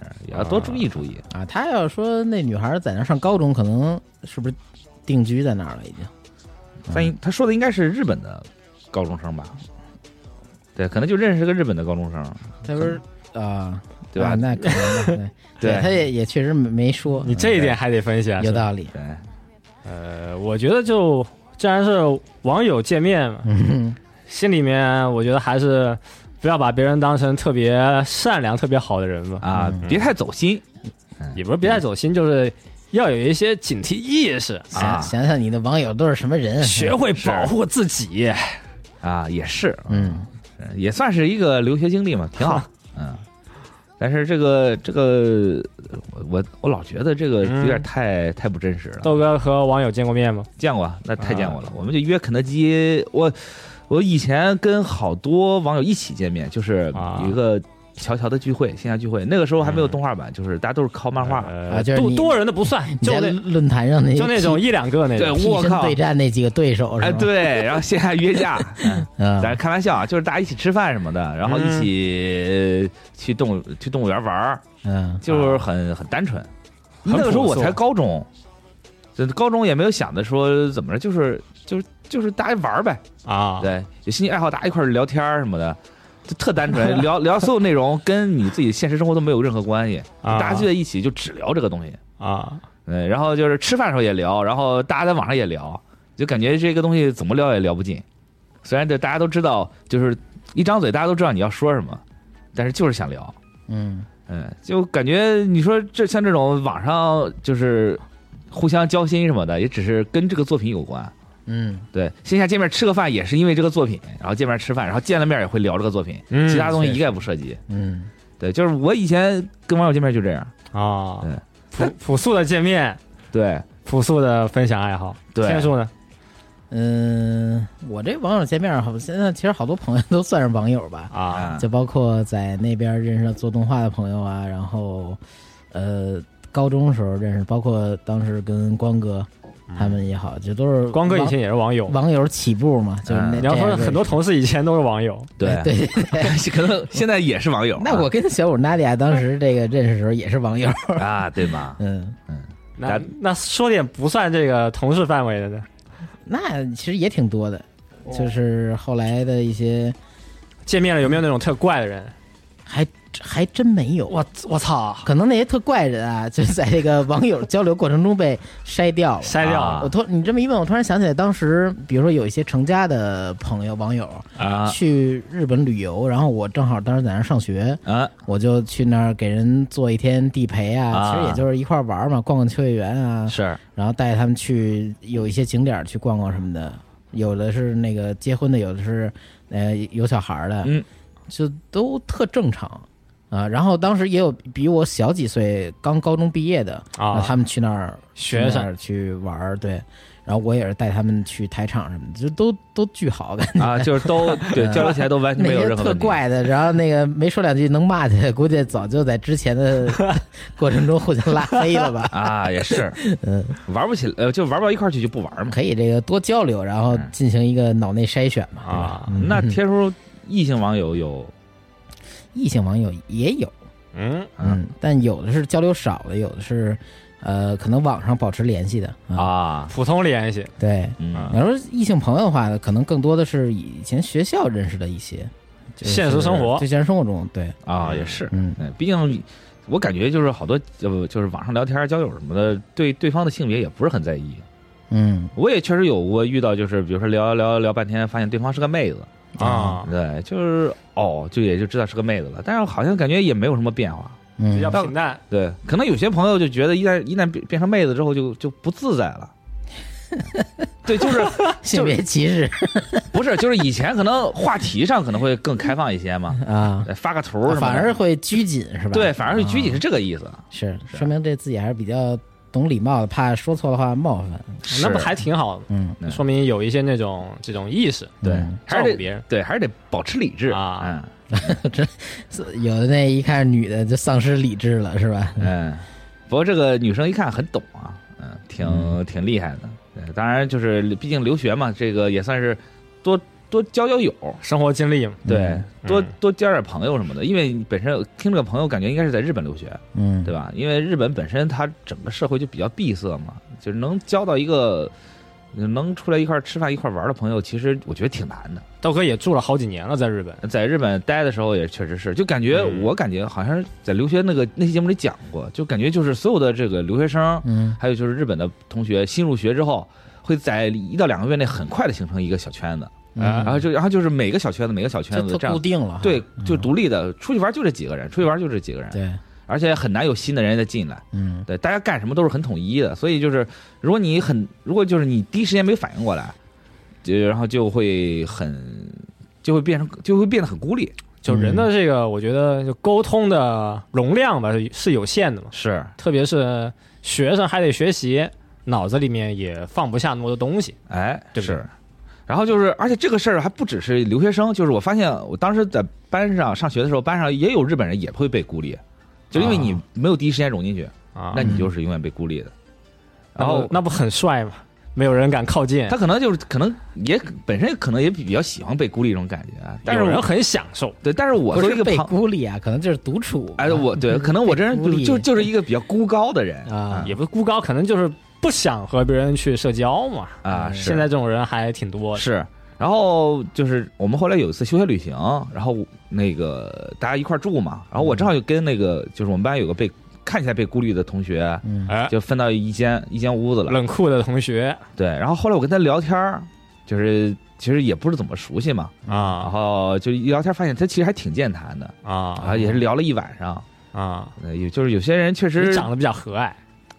嗯也要多注意注意。啊，他要说那女孩在那儿上高中，可能是不是定居在那儿了？已经但嗯应他说的应该是日本的高中生吧？对，可能就认识个日本的高中生，他不是啊，嗯对吧啊？那可能吧对， 对他也也确实没没说，你这一点还得分析啊。有是吧道理。对，呃，我觉得就既然是网友见面嘛，嗯，心里面我觉得还是不要把别人当成特别善良、特别好的人吧，啊嗯，别太走心也不是别太走心，就是要有一些警惕意识，啊想想想你的网友都是什么 人？啊学会保护自己。啊，也是，嗯，也算是一个留学经历嘛，挺好，嗯。但是这个这个，我我我老觉得这个有点嗯太、太不真实了。豆哥和网友见过面吗？见过，那太见啊过了。我们就约肯德基，我我以前跟好多网友一起见面，就是啊有一个乔乔的聚会，线下聚会。那个时候还没嗯有动画版，就是大家都是靠漫画。呃啊就是多你多人的不算，你就在那论坛上那就那种一两个那对，种。替我身靠对！战那几个对手是哎，吗？对，然后线下约 架，嗯嗯，咱开玩笑，啊，就是嗯大家一起吃饭什么的，然后一起呃去动物去动物园玩儿，嗯就是很很单纯。很啊那个时候朴我素才高中，就是高中也没有想着说怎么着，就是就是就是大家玩儿呗，啊，对，有兴趣爱好，大家一块儿聊天儿什么的，就特单 纯，聊聊所有内容跟你自己现实生活都没有任何关系，啊大家聚在一起就只聊这个东西，啊，嗯，然后就是吃饭的时候也聊，然后大家在网上也聊，就感觉这个东西怎么聊也聊不尽。虽然这大家都知道，就是一张嘴大家都知道你要说什么，但是就是想聊，嗯，嗯，就感觉你说这像这种网上就是互相交心什么的，也只是跟这个作品有关。嗯，对，线下见面吃个饭也是因为这个作品，然后见面吃饭，然后见了面也会聊这个作品，嗯其他东西确一概不涉及。嗯，对，就是我以前跟网友见面就这样。啊对，朴朴素的见面，对朴素的分享爱好。对天数呢？嗯，我这网友见面，好，现在其实好多朋友都算是网友吧，啊，啊就包括在那边认识的做动画的朋友啊，然后，呃，高中时候认识，包括当时跟光哥他们也好，这都是嗯光哥以网前也是网友。网友起步嘛，就是那嗯你要说很多这样认识同事以前都是网友，哎对对对， 可能现在也是网友啊。 那我跟小五娜迪亚当时这个认识的时候也是网友，啊，对吗？嗯，那咱那说点不算这个同事范围的呢，那其实也挺多的，就是后来的一些见面了有没有那种特怪的人？还还真没有，我我操，可能那些特怪人啊， 就是在这个网友交流过程中被筛掉了。筛掉啊了我突你这么一问，我突然想起来，当时比如说有一些成家的朋友网友啊去日本旅游，然后我正好当时在那儿上学，啊我就去那儿给人做一天地陪啊，啊其实也就是一块儿玩儿嘛，逛逛秋叶原啊，是然后带他们去有一些景点儿去逛逛什么的，有的是那个结婚的，有的是呃有小孩儿的，嗯，就都特正常啊。然后当时也有比我小几岁，刚高中毕业的，啊那他们去那儿学去生那儿去玩儿，对。然后我也是带他们去台场什么的，就都都巨好感觉。啊，就是都 对交流起来都完全那没有些任何特问题。怪的，然后那个没说两句能骂去， 估计早就在之前的 过程中互相拉黑了 吧。啊，也是，嗯，玩不起，呃，就玩不到一块儿去就不玩嘛。可以这个多交流，然后进行一个脑内筛选嘛。啊，嗯那天叔异性网友有异性网友也有，嗯啊嗯，但有的是交流少的，有的是呃可能网上保持联系的啊。啊，普通联系对，嗯你要说异性朋友的话，可能更多的是以前学校认识的一些，就是现实生活对现实生活中，对，啊，也是，嗯嗯，毕竟我感觉就是好多呃，就是网上聊天儿、交友什么的，对对方的性别也不是很在意。嗯我也确实有过遇到，就是比如说聊聊聊半天，发现对方是个妹子，啊，对，就是哦，就也就知道是个妹子了，但是好像感觉也没有什么变化。比嗯较，平淡。对，可能有些朋友就觉得一旦一旦变变成妹子之后就就不自在了。对，就是性别歧视不是就是以前可能话题上可能会更开放一些嘛，啊，呃发个图什么的，反而会拘谨是吧？对，反而会拘谨啊是这个意思。是，是说明这自己还是比较懂礼貌的，怕说错的话冒犯。那不是还挺好的，嗯，嗯说明有一些那种这种意识，对嗯，还是照顾得别人。对，还是得保持理智嗯啊。是有的那一看是女的就丧失理智了，是吧？嗯，嗯不过这个女生一看很懂啊，嗯，挺嗯挺厉害的。对，当然就是毕竟留学嘛，这个也算是多多交交友，生活经历嘛，对，多嗯多交点朋友什么的。因为你本身听这个朋友感觉应该是在日本留学，嗯，对吧？因为日本本身它整个社会就比较闭塞嘛，就是能交到一个能出来一块儿吃饭一块儿玩儿的朋友，其实我觉得挺难的。豆哥也住了好几年了，在日本。在日本待的时候也确实是，就感觉、嗯我感觉好像是在留学那个那期节目里讲过，就感觉就是所有的这个留学生，嗯还有就是日本的同学新入学之后。会在一到两个月内很快的形成一个小圈子，啊然嗯，后就然后就是每个小圈子每个小这圈都子这固样，定了哈，对，就嗯独立的，出去玩就这几个人，出去玩就这几个人，对，而且很难有新的人再进来。嗯对，大家干什么都是很统一的，所以就是如果你很，如果就是你第一时间没反应过来，就然后就会很，就会变成就会变得很孤立。就人的这个，我觉得就沟通的容量吧是有限的嘛，是，特别是学生还得学习，脑子里面也放不下那么多东西。哎，对不对是。然后就是，而且这个事儿还不只是留学生，就是我发现我当时在班上上学的时候，班上也有日本人也会被孤立，就因为你啊没有第一时间融进去，啊，那你就是永远被孤立的。呃然那不后那不很帅吗？没有人敢靠哎近，他可能就是可能也本身可能也比较喜欢被孤立这种感觉啊，但是有人我很享受。对，但是我不作为一是个被旁孤立啊，可能就是独处。啊哎，我对，可能我这人孤就立就就是一个比较孤高的人啊也不是孤高，可能就是不想和别人去社交嘛。嗯啊，是现在这种人还挺多的。是。然后就是我们后来有一次休学旅行，然后那个大家一块儿住嘛，然后我正好就跟那个就是我们班有个被看起来被孤立的同学，嗯哎，就分到一间一间屋子了。冷酷的同学对，然后后来我跟他聊天儿，就是其实也不是怎么熟悉嘛，然啊后就一聊天发现他其实还挺健谈的，啊哦啊，也是聊了一晚上。啊！呃有就是有些人确你实长得比较和蔼，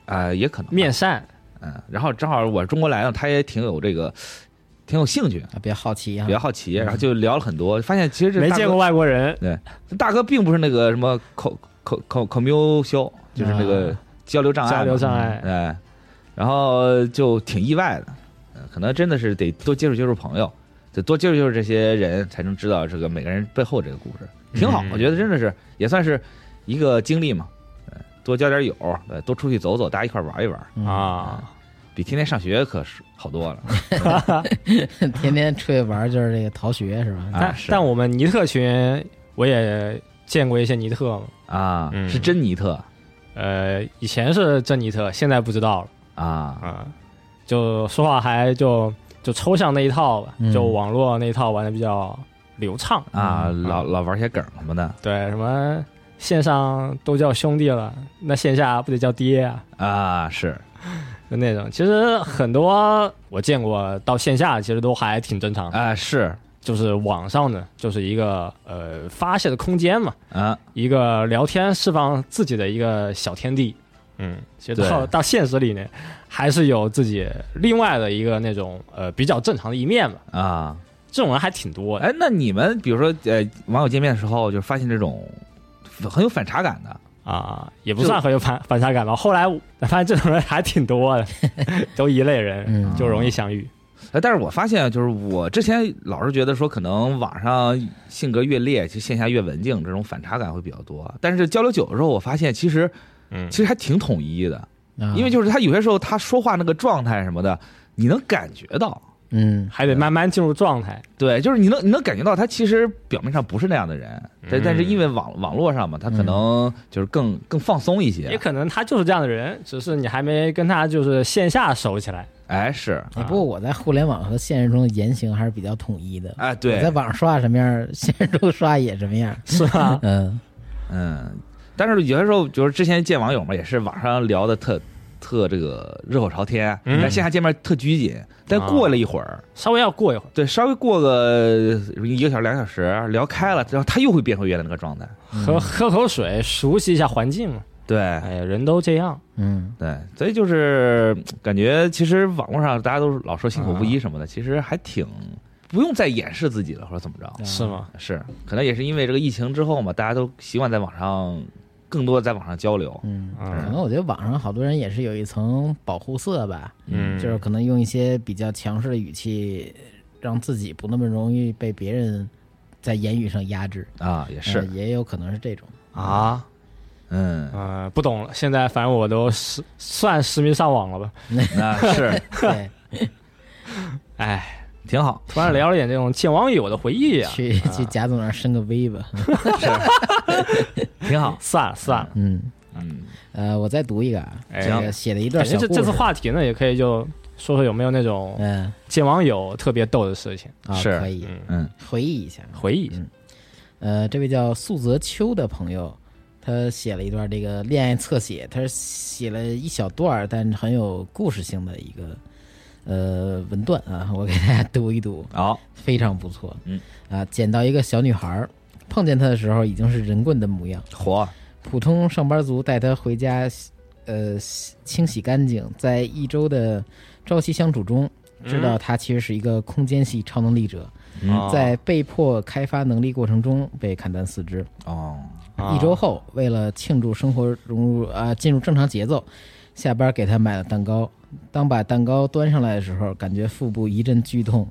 啊，也可能吧面善，嗯，然后正好我中国来了，他也挺有这个，挺有兴趣，啊，比较好奇啊比，较好奇，然后就聊了很多，发现其实这没大哥见过外国人大哥并不是那个什么口口口口谬修，就是那个交流障碍嘛，啊交流障碍。哎，然后就挺意外的，嗯可能真的是得多接触接触朋友，得多接触接触这些人，才能知道这个每个人背后这个故事，挺好，嗯我觉得真的是也算是一个经历嘛，嗯多交点友，呃多出去走走，大家一块玩一玩，啊，比天天上学可是好多了。嗯天天出去玩儿就是这个逃学是吧？啊但，但我们尼特群我也见过一些尼特嘛，啊，嗯是真尼特呃，以前是真尼特，现在不知道了啊，啊、就说话还就就抽象那一套吧，嗯就网络那一套玩的比较流畅啊，嗯老老玩些梗什么的对，什么线上都叫兄弟了，那线下不得叫爹啊？啊，是就那种，其实很多我见过到线下，其实都还挺正常的，啊是就是网上呢，就是一个呃发泄的空间嘛，啊，一个聊天释放自己的一个小天地。嗯，其实到对到现实里呢，还是有自己另外的一个那种呃比较正常的一面吧。啊，这种人还挺多的哎，那你们比如说呃，网友见面的时候，就发现这种很有反差感的啊，也不算很有反反差感吧。后来我发现这种人还挺多的，都一类人，嗯，就容易相遇。哎，但是我发现就是我之前老是觉得说，可能网上性格越烈，其实线下越文静，这种反差感会比较多。但是交流久了之后，我发现其实嗯，其实还挺统一的，啊因为就是他有些时候他说话那个状态什么的，你能感觉到。嗯还得慢慢进入状态。对，就是你能你能感觉到他其实表面上不是那样的人，但、嗯但是因为网网络上嘛，嗯他可能就是更、更放松一也些。可能他就是这样的人，只是你还没跟他就是线下熟起来。哎，是，哎不过我在互联网和现实中的言行还是比较统一的。哎，我在对，网上说话什么样儿，现实中说话也什么样儿。？是 吧嗯嗯，但是有些时候就是之前见网友嘛，也是网上聊的特特这个热火朝天，嗯但线下见面特拘谨。但过了一会儿，稍微要过一会儿对，稍微过个一个小时两个小时，聊开了，然后他又会变回原来那个状态。，嗯喝喝口水，熟悉一下环境嘛。对，哎呀，人都这样，嗯，对，所以就是嗯感觉，其实网络上大家都老说心口不一什么的，其实还挺不用再掩饰自己了，或者怎么着。啊是吗？是，可能也是因为这个疫情之后嘛，大家都习惯在网上更多在网上交流。嗯，啊嗯可能我觉得网上好多人也是有一层保护色吧，嗯，就是可能用一些比较强势的语气，让自己不那么容易被别人在言语上压制。啊，也呃是，也有可能是这 种。啊，嗯，呃，不懂了。现在反正我都是算实名上网了吧？ 那是对，哎，挺好。突然聊了点这种见网友的回忆啊，去去贾总那儿伸个 V 吧。挺好，算了算了，嗯，嗯，呃，我再读一个啊，哎这个写了一感段觉小这故这次事。话题呢，也可以就说说有没有那种嗯，见网友特别逗的事情，啊，是可以嗯嗯回忆一下啊。回忆一下。呃，这位叫素泽秋的朋友，他写了一段这个恋爱侧写，他是写了一小段儿，但是很有故事性的一个呃文段啊，我给大家读一读，好，非常不错。嗯，啊，捡到一个小女孩儿，碰见她的时候已经是人棍的模样，火，普通上班族带她回家，呃，洗清洗干净，在一周的朝夕相处中，嗯嗯知道她其实是一个空间系超能力者。嗯啊在被迫开发能力过程中被砍断四肢。哦，啊一周后，为了庆祝生活融入啊、进入正常节奏，下班给他买了蛋糕。当把蛋糕端上来的时候，感觉腹部一阵剧痛，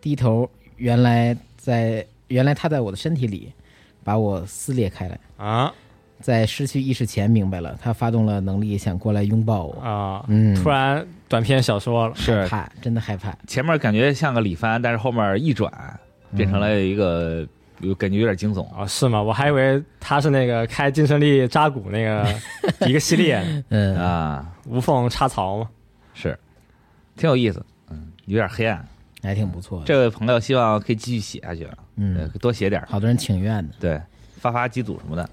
低头，原来在原来他在我的身体里，把我撕裂开来。啊在失去意识前明白了，他发动了能力想过来拥抱我。啊！嗯，突然短篇小说了，害是怕，真的害怕。前面感觉像个李帆，但是后面一转嗯变成了一个，有感觉有点惊悚。哦，是吗？我还以为他是那个开精神力扎古那 个一个系列，嗯，啊，无缝插槽嘛。是，挺有意思，嗯，有点黑暗。还挺不错的。这位朋友希望可以继续写下去啊，嗯，对多写点儿，好多人情愿的。对，发发机组什么的。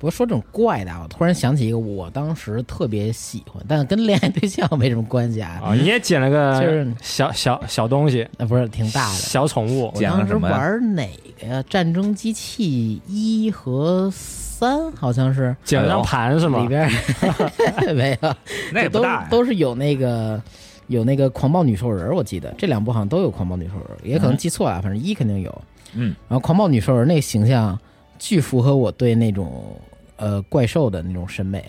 不过说这种怪的啊，我突然想起一个，我当时特别喜欢，但跟恋爱对象没什么关系啊，啊，你也捡了就是个小小小东西，那不是挺大的。哎小宠物我捡了当时什么呀玩哪个呀？战争机器一和三好像是捡了张盘是吗里？边 没有，那也都不大呀，都是有那个有那个狂暴女兽人儿，我记得这两部好像都有狂暴女兽人儿，也可能记错了，反正一肯定有。嗯，然后狂暴女兽人那个形象巨符合我对那种呃怪兽的那种审美，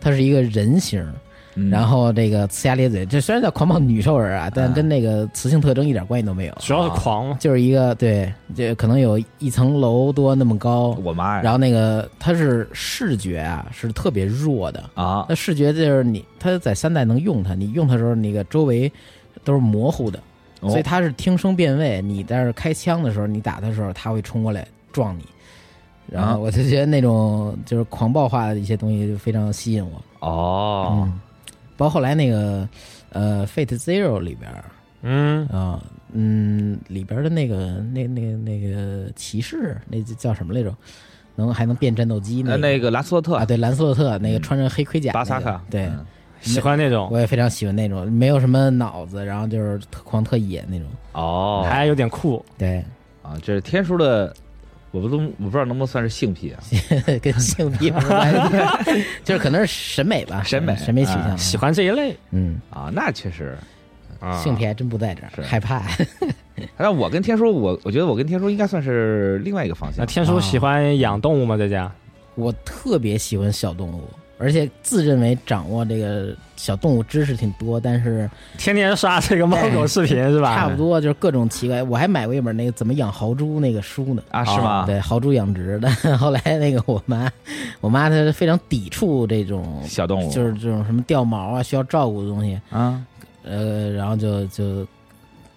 它是一个人形儿。嗯然后这个呲牙咧嘴，这虽然叫狂暴女兽人啊，但跟那个雌性特征一点关系都没有，主要是狂嘛。就是一个对，这可能有一层楼多那么高。我妈然呀，后那个它是视觉啊，是特别弱的。啊，那视觉就是你，它在三代能用它，你用它的时候，那个周围都是模糊的，哦所以它是听声辨位。你在这开枪的时候，你打它的时候，它会冲过来撞你。然啊后我就觉得那种就是狂暴化的一些东西就非常吸引我。哦，嗯，包括后来那个呃《Fate Zero》里边儿嗯，啊、嗯，里边儿的那个那那个那个骑士，那叫什么来着？能还能变战斗机那个、呃那个兰斯洛啊？特、对，兰斯洛特那个嗯穿着黑盔甲、那巴个，萨卡，对。嗯喜欢那种，我也非常喜欢那种没有什么脑子，然后就是特狂特野那种。哦，还有点酷。对， 啊，这是天叔的，我不都我不知道能不能算是性癖啊？跟性癖没关 系，就是可能是审美吧，嗯审美审美取向。啊喜欢这一类，嗯，啊，那确实。性癖还真不在这儿，啊是害怕。但我跟天叔，我我觉得我跟天叔应该算是另外一个方那向。啊天叔喜欢养动物吗？在家？我特别喜欢小动物，而且自认为掌握这个小动物知识挺多，但是天天刷这个猫狗视频是吧？哎差不多就是各种奇怪。我还买过一本那个怎么养豪猪那个书呢。啊，是吗？对，豪猪养殖的。 后来那个我妈， 我妈她非常抵触这种，小动物就是这种什么掉毛啊需要照顾的东西，啊，呃，然后就就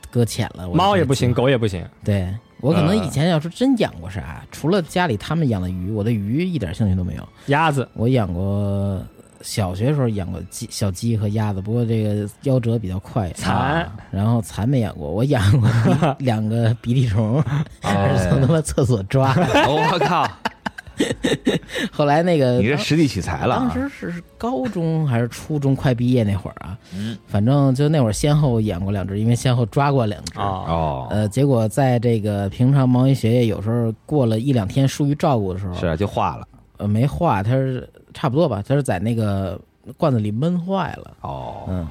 搁浅了。我猫也不就行，狗也不行。对我可能呃以前要是真养过啥，除了家里他们养的鱼，我对鱼一点兴趣都没有。鸭子我养过，小学时候养过鸡、小鸡和鸭子，不过这个夭折比较快。蚕啊然后蚕没养过，我养 过比两个鼻涕虫，哎是从他妈厕所 抓的。哦 我靠，后来那个你这实地取材了啊。当时是高中还是初中快毕业那会儿啊，嗯反正就那会儿先后养过两只，因为先后抓过两只。啊，哦，呃，结果在这个平常忙于学业，有时候过了一两天疏于照顾的时候，是啊就化了。呃没化，它是差不多吧，它是在那个罐子里闷坏了。哦，嗯，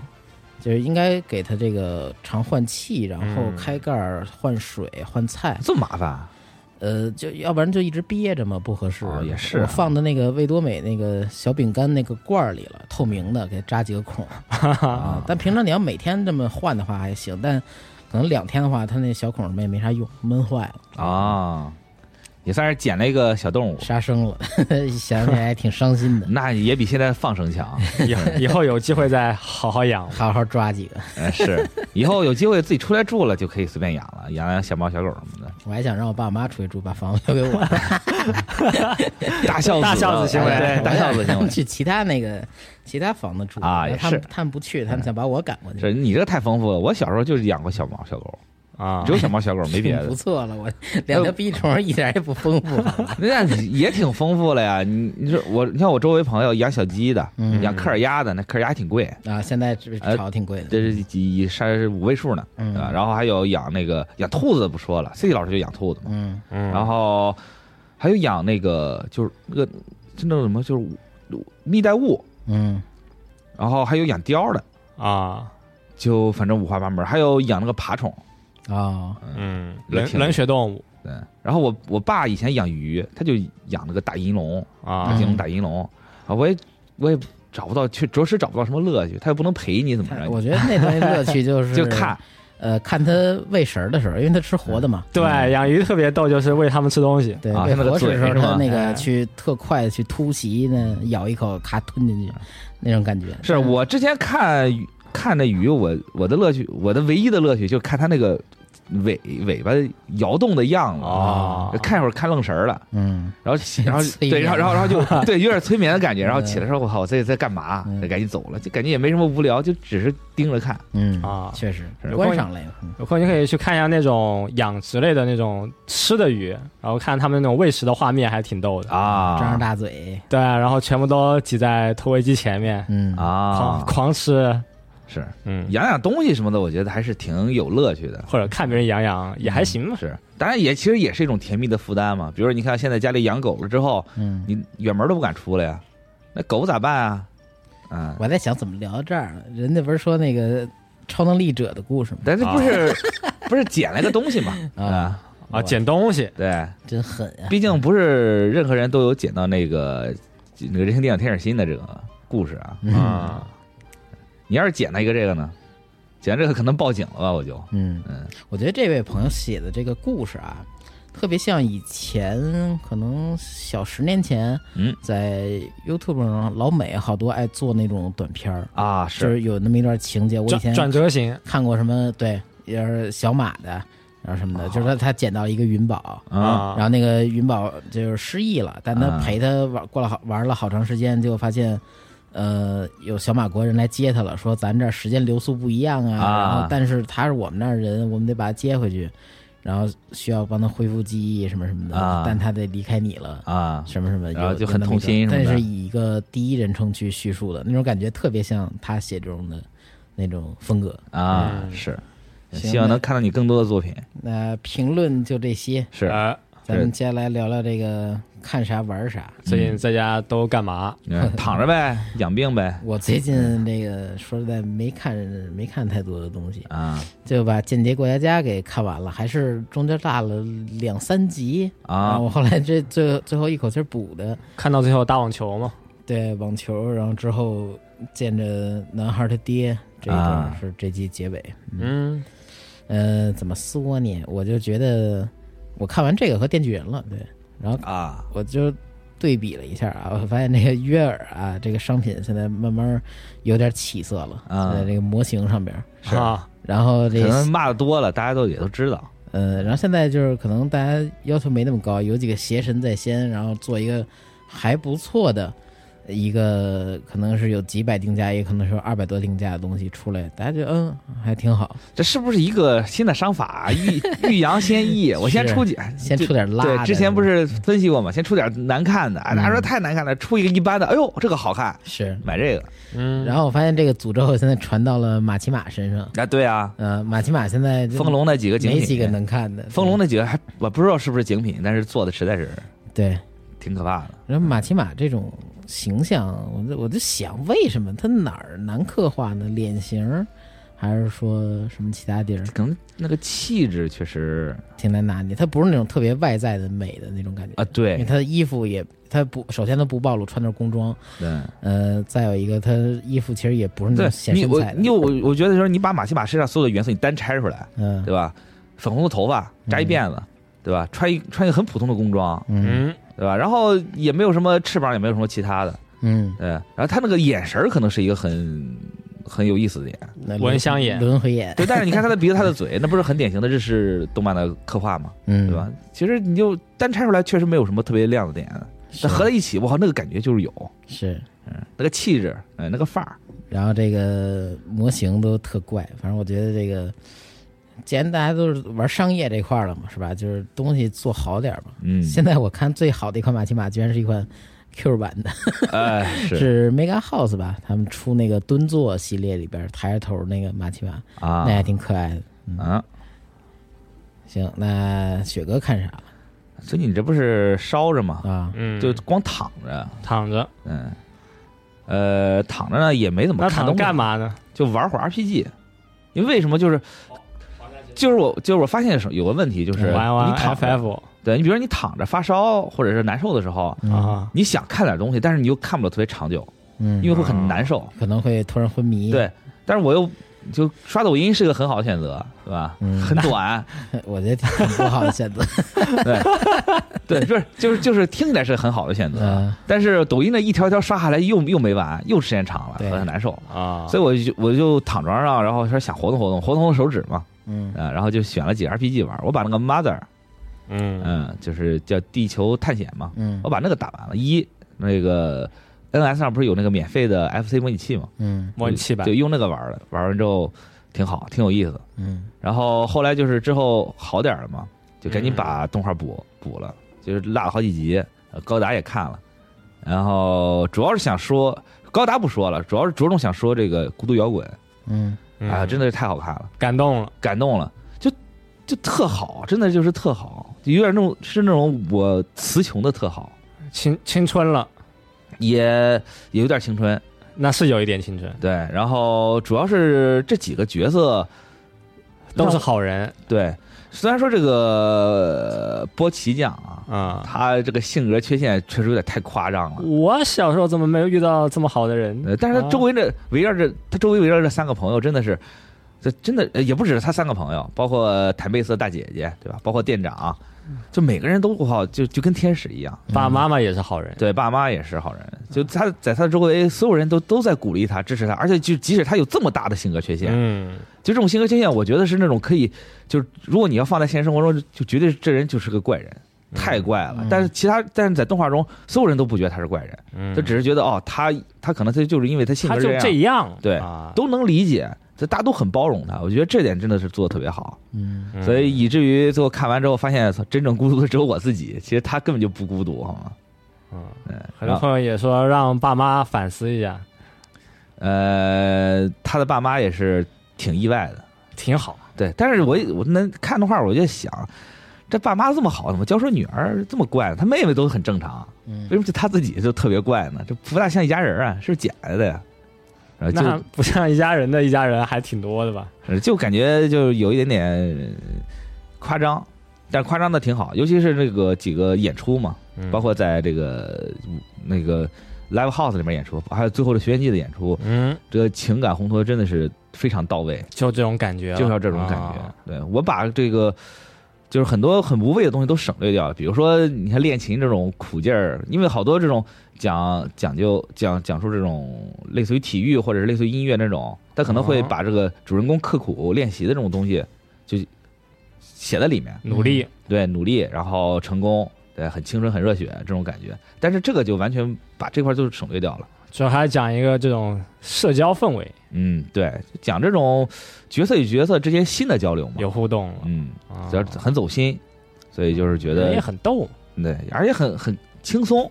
就是应该给它这个常换气，然后开盖儿、换水、换菜。这么麻烦啊？呃，就要不然就一直憋着嘛，不合适。哦也是啊我放的那个味多美那个小饼干那个罐儿里了，透明的，给扎几个孔啊。但平常你要每天这么换的话还行，但可能两天的话，它那小孔儿也没啥用，闷坏了，啊，也算是捡了一个小动物，杀生了， 想起来还挺伤心的。那也比现在放生强。 以后以后有机会再好好养。好好抓几个，呃是，以后有机会自己出来住了，就可以随便养了，养养小猫小狗什么的。我还想让我爸妈出去住，把房子留给我。大孝子，大孝子行为哎对， 大孝子行为。去其他那个其他房子住啊也他们是他们不去，他们想把我赶过去。是你这太丰富了，我小时候就是养过小猫小狗，啊只有小猫小狗没别不 的，错了，我两条逼虫一点也不丰富。那也挺丰富了呀。你你说我，你看我周围朋友养小鸡的，嗯养科尔鸭的，那科尔鸭挺贵， 啊，现在这呃炒挺贵的，这是几是五位数呢，嗯啊，然后还有养那个养兔子的不说了，C 老师就养兔子嘛，嗯，嗯然后还有养那个就是那个就那种什么就是蜜袋鼯，嗯，然后还有养貂的，啊，就反正五花八门，还有养那个爬虫，哦，嗯，也冷挺冷血动物对，然后我我爸以前养鱼，他就养了个大银龙，大啊金嗯龙大银龙啊，我也我也找不到，却着实找不到什么乐趣，他又不能陪你怎么它着，我觉得那东西乐趣就是 就看，嗯呃，看它喂食儿的时候，因为它吃活的嘛，对，养鱼特别逗，就是喂它们吃东西。对，啊喂它那个活食嘴的时候，是吗它那个哎去特快地去突袭呢，咬一口，咔吞进去，那种感觉。是我之前看鱼看那鱼，我我的乐趣，我的唯一的乐趣就是看它那个尾尾巴摇动的样子哦看一会儿看愣神儿了，嗯，然后然后催对，眠然后然后然后 就对，有点催眠的感觉，然后起来说我靠，我这在干嘛嗯？赶紧走了，就感觉也没什么无聊，就只是盯着看。嗯啊确实是观赏类，嗯有空你可以去看一下那种养殖类的那种吃的鱼，然后看他们那种喂食的画面，还挺逗的。张着啊大嘴，对，然后全部都挤在投喂机前面，嗯，狂啊，狂吃，是嗯，养养东西什么的，我觉得还是挺有乐趣的。或者看别人养养也还行吧。是，当然也其实也是一种甜蜜的负担嘛。比如说，你看现在家里养狗了之后，嗯，你远门都不敢出来呀，那狗咋办啊？啊，我在想怎么聊到这儿呢，人家不是说那个超能力者的故事吗？但是不是不是捡了个东西嘛？啊啊，啊，捡东西对，真狠啊呀、毕竟不是任何人都有捡到那个那个人形电影天使心的这个故事啊。嗯啊，你要是捡到一个这个呢，捡到这个可能报警了吧？我就嗯嗯，我觉得这位朋友写的这个故事啊，特别像以前可能小十年前，嗯，在 YouTube 上老美好多爱做那种短片儿，啊就是是有那么一段情节，我以转前转折型看过什么，对，也是小马的，然后什么的，就是他他捡到一个云宝。啊然后那个云宝就是失忆了，但他啊陪他玩过了好玩了好长时间，结果发现，呃，有小马国人来接他了，说咱这儿时间流速不一样啊，啊然后但是他是我们那儿人，我们得把他接回去，然后需要帮他恢复记忆什么什么的，啊但他得离开你了。啊什么什么，然后有就很痛心有那么一什种么的但是以一个第一人称去叙述的那种感觉，特别像他写中的那种风格。啊嗯是，行希望能看到你更多的作品。那评论就这些，是，呃，咱们接下来聊聊这个看啥玩啥。最近在家都干嘛？嗯 躺着呗，养病呗我最近这个说实在没看没看太多的东西，啊就把《间谍过家家》给看完了，还是中间落了两三集然 后啊我后来这最最后一口气儿补的，看到最后打网球吗？对网球，然后之后见着男孩他爹这一段啊是这集结尾。嗯，呃，怎么说呢？我就觉得我看完这个和《电锯人》了，对，然后啊我就对比了一下啊，我发现这个约尔啊，这个商品现在慢慢有点起色了，啊在这个模型上边儿。是啊，然后可这能骂的多了，大家都也都知道。呃，然后现在就是可能大家要求没那么高，有几个邪神在先，然后做一个还不错的一个，可能是有几百定价，也可能是有二百多定价的东西出来，大家觉得嗯还挺好，这是不是一个新的商法？啊欲欲扬先抑，我先是出去，先出点辣的。对，之前不是分析过嘛，先出点难看的，啊，大家说嗯太难看了，出一个一般的，哎呦，这个好看，是。买这个嗯，然后我发现这个诅咒现在传到了马奇马身上，啊，对啊，呃，马奇马现在就风龙那几个景没几个品，能看的，风龙那几个还我不知道是不是景品，但是做的实在是对。挺可怕的然后马奇马这种形象，我就我就想，为什么他哪儿难刻画呢？脸型儿，还是说什么其他地儿可能那个气质确实挺难拿捏？它不是那种特别外在的美的那种感觉啊，因为对他的衣服也，他不，首先他不暴露，穿的是工装，对呃，再有一个他衣服其实也不是那对种，嗯显你身我材的，你我我觉得说你把马戏马身上所有的元素你单拆出来，嗯对吧？粉红的头发，扎一辫子，对吧？穿一穿一个很普通的工装，嗯嗯，对吧？然后也没有什么翅膀，也没有什么其他的，嗯，对。然后他那个眼神儿可能是一个很很有意思的点，那闻香眼轮回眼，对。但是你看他的鼻子，他的嘴，那 不是很典型的日式动漫的刻画吗？嗯，对吧？？其实你就单拆出来，确实没有什么特别亮的点，啊是但合在一起，我靠，那个感觉就是有，是，嗯，那个气质，哎，那个范儿，然后这个模型都特怪，反正我觉得这个，既然大家都是玩商业这块儿了嘛，是吧？就是东西做好点儿嘛。嗯，现在我看最好的一款马奇马，居然是一款 Q 版的， 哎是是 Mega House 吧？他们出那个蹲坐系列里边抬着头那个马奇马，啊那还挺可爱的。啊，行，那雪哥看啥所以你这不是烧着吗？啊？嗯，就光躺着，躺着，嗯，呃，躺着呢也没怎么那看躺东着西，干嘛呢？就玩会儿 RPG。因为为什么就是，就是我就是我发现有个问题，就是嗯玩玩你躺着， FF 对你比如说你躺着发烧或者是难受的时候，嗯啊，你想看点东西，但是你又看不了特别长久，嗯，因为会很难受。嗯可能会突然昏迷。，对，但是我又就刷抖音是个很好的选择，对吧？嗯很短， 我觉得挺挺不好的选择。对，就是就是就是听起来是很好的选择，嗯，但是抖音的一条一条刷下来又又没完，又时间长了，对很难受。啊，所以我就我就躺床上，然后说想活动活动，活动活动手指嘛，嗯啊，然后就选了几个 RPG 玩儿。我把那个 Mother，嗯嗯，就是叫地球探险嘛，嗯我把那个打完了。一那个 NS 上不是有那个免费的 FC 模拟器嘛，嗯模拟器吧就，用那个玩儿的，玩完之后挺好，挺有意思的。嗯然后后来就是之后好点儿了嘛，就赶紧把动画补、补了，就是落了好几集，呃高达也看了，然后主要是想说高达不说了，主要是着重想说这个孤独摇滚嗯啊，真的的是太好看了，感动了，感动了，就就特好，真的就是特好，就有点那种是那种我词穷的特好，青青春了，也也有点青春，那是有一点青春，对，然后主要是这几个角色都是好人对，虽然说这个呃波奇酱啊，啊。他这个性格缺陷确实有点太夸张嗯了。我小时候怎么没有遇到这么好的人？呃，但是他周围哦这围绕着他周围围绕着三个朋友，真的是，这真的呃也不只是他三个朋友，包括谭贝斯的大姐姐，对吧？包括店长，嗯就每个人都不好，就就跟天使一样。爸妈妈也是好人，对，爸妈也是好嗯人，就他在他的周围，所有人都都在鼓励他、支持他，而且就即使他有这么大的性格缺陷，嗯，就这种性格缺陷，我觉得是那种可以，就是如果你要放在现实生活中，就就绝对是这人就是个怪人，太怪了。嗯但是其他，但是在动画中，所有人都不觉得他是怪人，嗯他只是觉得哦，他他可能他就是因为他性他格就样，这样，对啊，都能理解，这大家都很包容他。我觉得这点真的是做的特别好，嗯嗯所以以至于最后看完之后发现，操真正孤独的只有我自己。其实他根本就不孤独，好吗？嗯嗯，然很多后朋友也说让爸妈反思一下，呃，他的爸妈也是挺意外的。挺好。对，但是我我那看动画，我就想，这爸妈这么好，怎么教出女儿这么怪呢？他妹妹都很正常，为什嗯，么就他自己就特别怪呢？这不大像一家人啊，是不是假的呀？然那后不像一家人的一家人还挺多的吧？就就感觉就有一点点呃夸张，但是夸张的挺好，尤其是这个几个演出嘛，嗯包括在这个那个 live house 里面演出，还有最后的学院季的演出，嗯，这个情感烘托真的是非常到位。就这种感觉了，就是要这种感觉。啊对我把这个就是很多很无谓的东西都省略掉了，比如说你看练琴这种苦劲儿，因为好多这种讲讲究讲讲述这种类似于体育或者是类似于音乐那种，他可能会哦把这个主人公刻苦练习的这种东西就写在里面，努力，对，努力然后成功。对，很青春，很热血这种感觉，但是这个就完全把这块儿就省略掉了。主要还讲一个这种社交氛围，嗯，对，讲这种角色与角色之间新的交流嘛。有互动了，嗯，啊只要很走心，所以就是觉人也得很逗，对，而且很很轻松，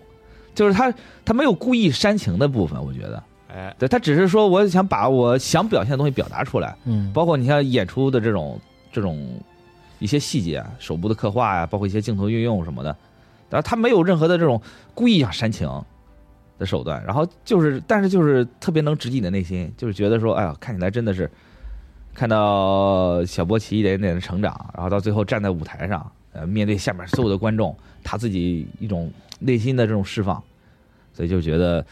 就是他他没有故意煽情的部分，我觉得，哎，对他只是说我想把我想表现的东西表达出来，嗯，包括你像演出的这种这种一些细节啊，手部的刻画呀、包括一些镜头运用什么的，然后他没有任何的这种故意想煽情的手段，然后就是但是就是特别能直击你的内心，就是觉得说，哎呀，看起来真的是看到小波奇一点一点的成长，然后到最后站在舞台上，呃，面对下面所有的观众，他自己一种内心的这种释放，所以就觉得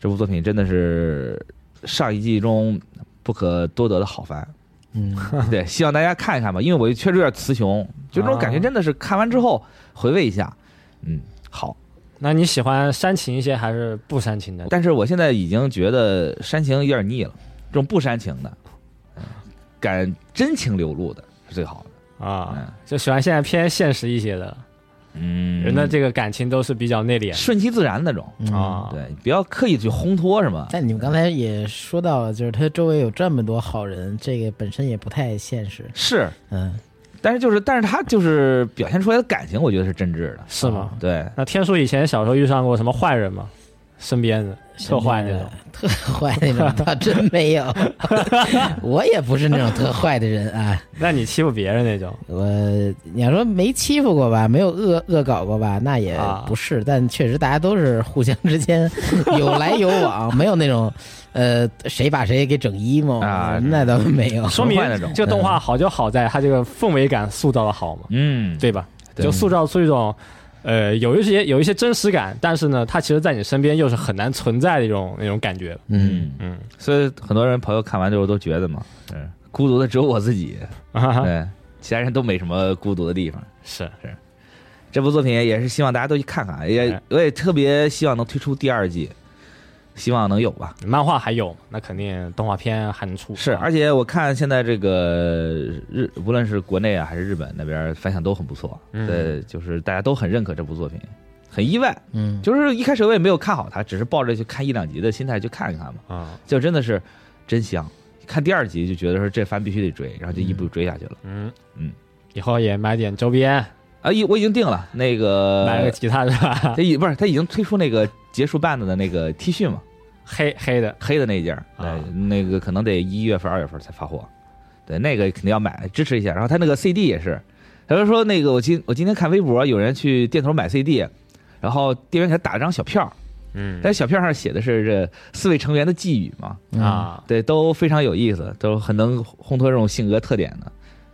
这部作品真的是上一季中不可多得的好番。嗯， 对，希望大家看一看吧，因为我确实有点词穷，就这种感觉真的是看完之后回味一下，嗯，好。那你喜欢煽情一些还是不煽情的？但是我现在已经觉得煽情有点腻了，这种不煽情的，嗯敢真情流露的是最好的。啊，就喜欢现在偏现实一些的，嗯人的这个感情都是比较内敛顺其自然那种，嗯啊啊。对，不要刻意去烘托什么。但你们刚才也说到了，就是他周围有这么多好人，这个本身也不太现实。是， 嗯，但是就是，但是他就是表现出来的感情，我觉得是真挚的。是吗？对，那天叔以前小时候遇上过什么坏人吗？身边的特坏那嗯种，特坏那种倒真没有， 我也不是那种特坏的人啊。那你欺负别人 那种我你要说没欺负过吧，没有恶恶搞过吧，那也啊不是。但确实大家都是互相之间有来有往，没有那种呃谁把谁给整 emo，、啊那倒没有。说明坏那种这个动画好就好在它这个氛围感塑造的好嘛，嗯，对吧？对就塑造出一种，呃，有一些有一些真实感，但是呢，它其实在你身边又是很难存在的一种那种感觉。嗯，嗯，嗯，所以很多人朋友看完之后都觉得嘛，嗯，孤独的只有我自己，啊，对，其他人都没什么孤独的地方。 是这部作品也是希望大家都去看看，也哎我也特别希望能推出第二季，希望能有吧。漫画还有，那肯定动画片还能出。是，而且我看现在这个日，无论是国内啊还是日本那边反响都很不错，嗯对，就是大家都很认可这部作品，很意外。嗯，就是一开始我也没有看好它，只是抱着去看一两集的心态去看一看嘛，啊，就真的是真香。看第二集就觉得说这番必须得追，然后就一步追下去了。嗯嗯，以后也买点周边，啊，已我已经定了那个，买个吉他是吧？他已不是他已经推出那个结束办的的那个 T 恤嘛，黑黑的，黑的那一件儿，对，啊那个可能得一月份、二月份才发货，对，那个肯定要买，支持一下。然后他那个 CD 也是，他就说那个我今我今天看微博，有人去店头买 CD，然后店员给他打了张小票儿，嗯但小票上写的是这四位成员的寄语嘛，嗯，啊，对，都非常有意思，都很能烘托这种性格特点的。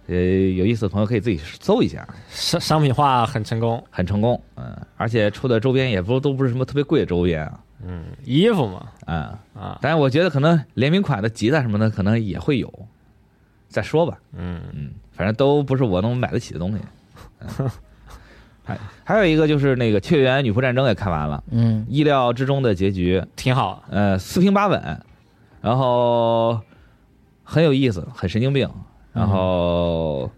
呃，有意思的朋友可以自己搜一下，商商品化很成功，很成功，嗯，而且出的周边也不都不是什么特别贵的周边啊，嗯，衣服嘛，嗯，啊，但是我觉得可能联名款的吉他什么的可能也会有，再说吧，嗯嗯，反正都不是我能买得起的东西。嗯还还有一个就是那个《雀园女仆战争》也看完了，嗯意料之中的结局，挺好，呃，四平八稳，然后很有意思，很神经病，然后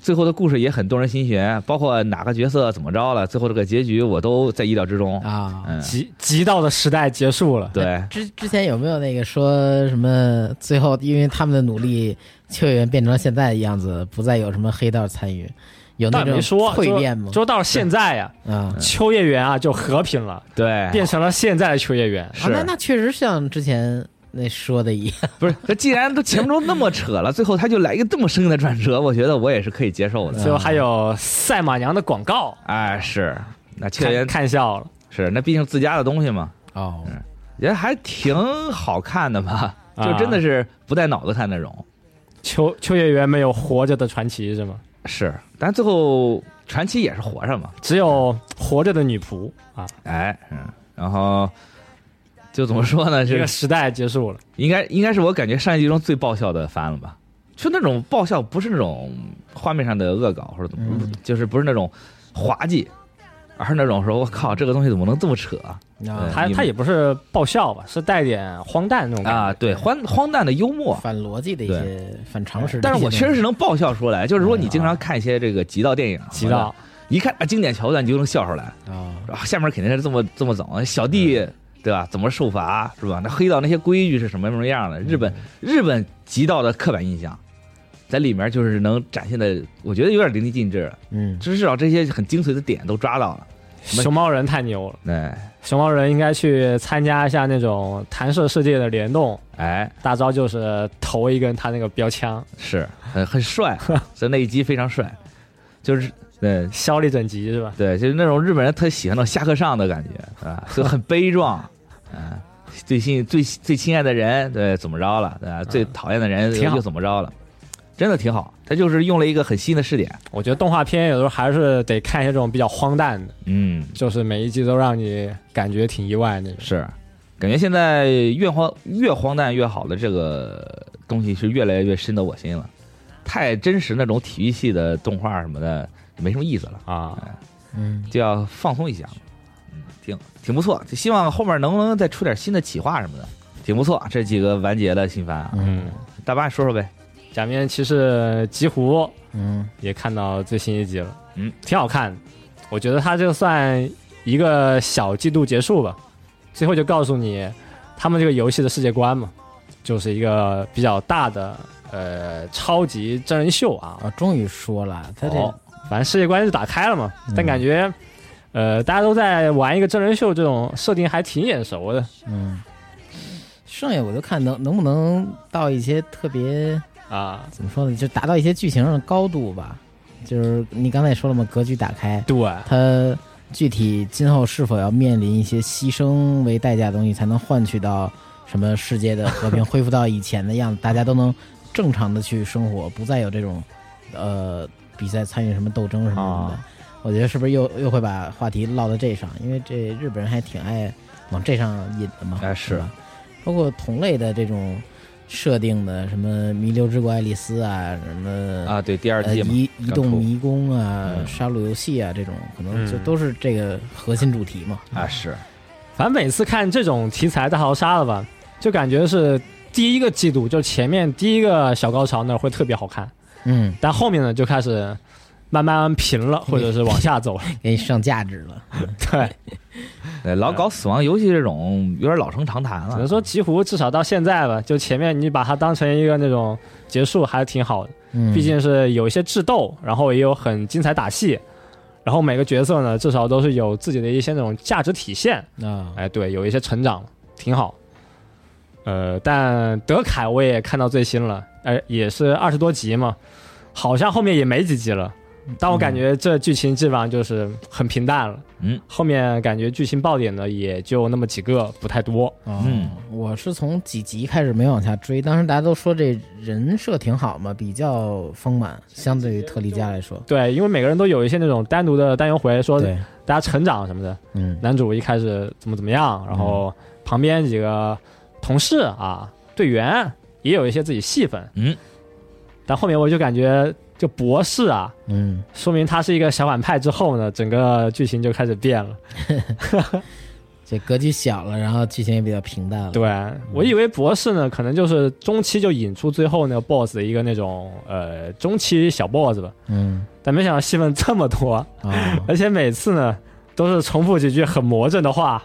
最后的故事也很动人心弦，包括哪个角色怎么着了，最后这个结局我都在意料之中。啊。嗯，极极道的时代结束了，对，之之前有没有那个说什么？最后因为他们的努力，邱园变成了现在的样子，不再有什么黑道参与，有那但种没说蜕就变吗？就到现在呀，啊，秋叶原啊就和平了，对，变成了现在的秋叶原，啊，是那那确实像之前那说的一样，不是？那既然都前面都那么扯了，最后他就来一个这么生硬的转折，我觉得我也是可以接受的。 最后还有赛马娘的 广告，哎，是，那确看实看笑了，是，那毕竟自家的东西嘛，哦也还挺好看的吧，就啊真的是不带脑子看那种。秋秋叶原没有活着的传奇是吗？是，但最后传奇也是活着嘛，只有活着的女仆啊，哎，嗯，然后就怎么说呢，这这个时代结束了，应该应该是我感觉上一集中最爆笑的番了吧？就那种爆笑，不是那种画面上的恶搞或者怎么，嗯就是不是那种滑稽，而是那种说我靠，这个东西怎么能这么扯 啊，嗯它你们它也不是爆笑吧，是带点荒诞那种感觉啊？对，荒荒诞的幽默。反逻辑的一些反常识的但一些东西，是我确实是能爆笑出来，就是说你经常看一些这个极道电影，啊极道，一看啊经典桥段你就能笑出来，哦啊，啊，下面肯定是这么这么整，小弟对吧？怎么受罚是吧？那黑道那些规矩是什么什么样的？日本日本极道的刻板印象，在里面就是能展现的，我觉得有点淋漓尽致了，嗯，至少这些很精髓的点都抓到了。没熊猫人太牛了，哎熊猫人应该去参加一下那种弹射世界的联动，哎，大招就是投一根他那个标枪，是很很帅，所以那一集非常帅，就是对消力整集是吧？对，就是那种日本人特喜欢那种下课上的感觉啊，就很悲壮，嗯、最亲最最亲爱的人，对，怎么着了？对吧，最讨厌的人挺好又怎么着了？真的挺好，他就是用了一个很新的视点，我觉得动画片有时候还是得看一些这种比较荒诞的，嗯，就是每一集都让你感觉挺意外那种。是，感觉现在越荒越荒诞越好的这个东西是越来越深得我心了。太真实那种体育系的动画什么的没什么意思了，啊，嗯，就要放松一下嘛。嗯，挺挺不错，希望后面能不能再出点新的企划什么的，挺不错。这几个完结的新番啊，嗯，大巴你说说呗。假面骑士吉狐嗯也看到最新一集了，嗯，挺好看的。我觉得它就算一个小季度结束吧，最后就告诉你他们这个游戏的世界观嘛，就是一个比较大的呃超级真人秀啊，啊，终于说了，他哦这反正世界观是打开了嘛，但感觉。呃，大家都在玩一个真人秀，这种设定还挺眼熟的嗯，剩下我就看能能不能到一些特别啊。怎么说呢，就达到一些剧情上的高度吧。就是你刚才也说了嘛，格局打开，对，它具体今后是否要面临一些牺牲为代价的东西，才能换取到什么世界的和平，恢复到以前的样子，大家都能正常的去生活，不再有这种呃比赛参与什么斗争什么什么的。啊我觉得是不是又又会把话题落到这上？因为这日本人还挺爱往这上引的嘛。哎是吧，包括同类的这种设定的，什么《弥留之国爱丽丝》啊，什么啊，对，第二呃，季哎嘛，移移刚动出迷宫啊、嗯杀戮游戏啊这种，可能就嗯都是这个核心主题嘛。啊是，反正每次看这种题材大逃杀了吧，就感觉是第一个季度，就前面第一个小高潮那儿会特别好看，嗯，但后面呢就开始慢慢平了，或者是往下走了。给你上价值了。对，对老搞死亡游戏这种有点老生常谈只了能。说极狐至少到现在吧，就前面你把它当成一个那种结束还挺好的，嗯，毕竟是有一些智斗，然后也有很精彩打戏。然后每个角色呢，至少都是有自己的一些那种价值体现，啊，哎，对，有一些成长，挺好。呃，但德凯我也看到最新了，呃，也是二十多集嘛，好像后面也没几集了。但我感觉这剧情基本上就是很平淡了，嗯，后面感觉剧情爆点呢也就那么几个，不太多。嗯嗯，我是从几集开始没往下追，当时大家都说这人设挺好嘛，比较丰满，相对于特利迦来说。对，因为每个人都有一些那种单独的单元回，说对，大家成长什么的。嗯男主一开始怎么怎么样，然后旁边几个同事啊、队员也有一些自己戏份，嗯，但后面我就感觉就博士啊，嗯，说明他是一个小反派之后呢，整个剧情就开始变了。这格局小了，然后剧情也比较平淡了。对我以为博士呢，可能就是中期就引出最后那个 BOSS 的一个那种呃中期小 BOSS 吧，嗯但没想到戏份这么多，啊而且每次呢都是重复几句很魔怔的话。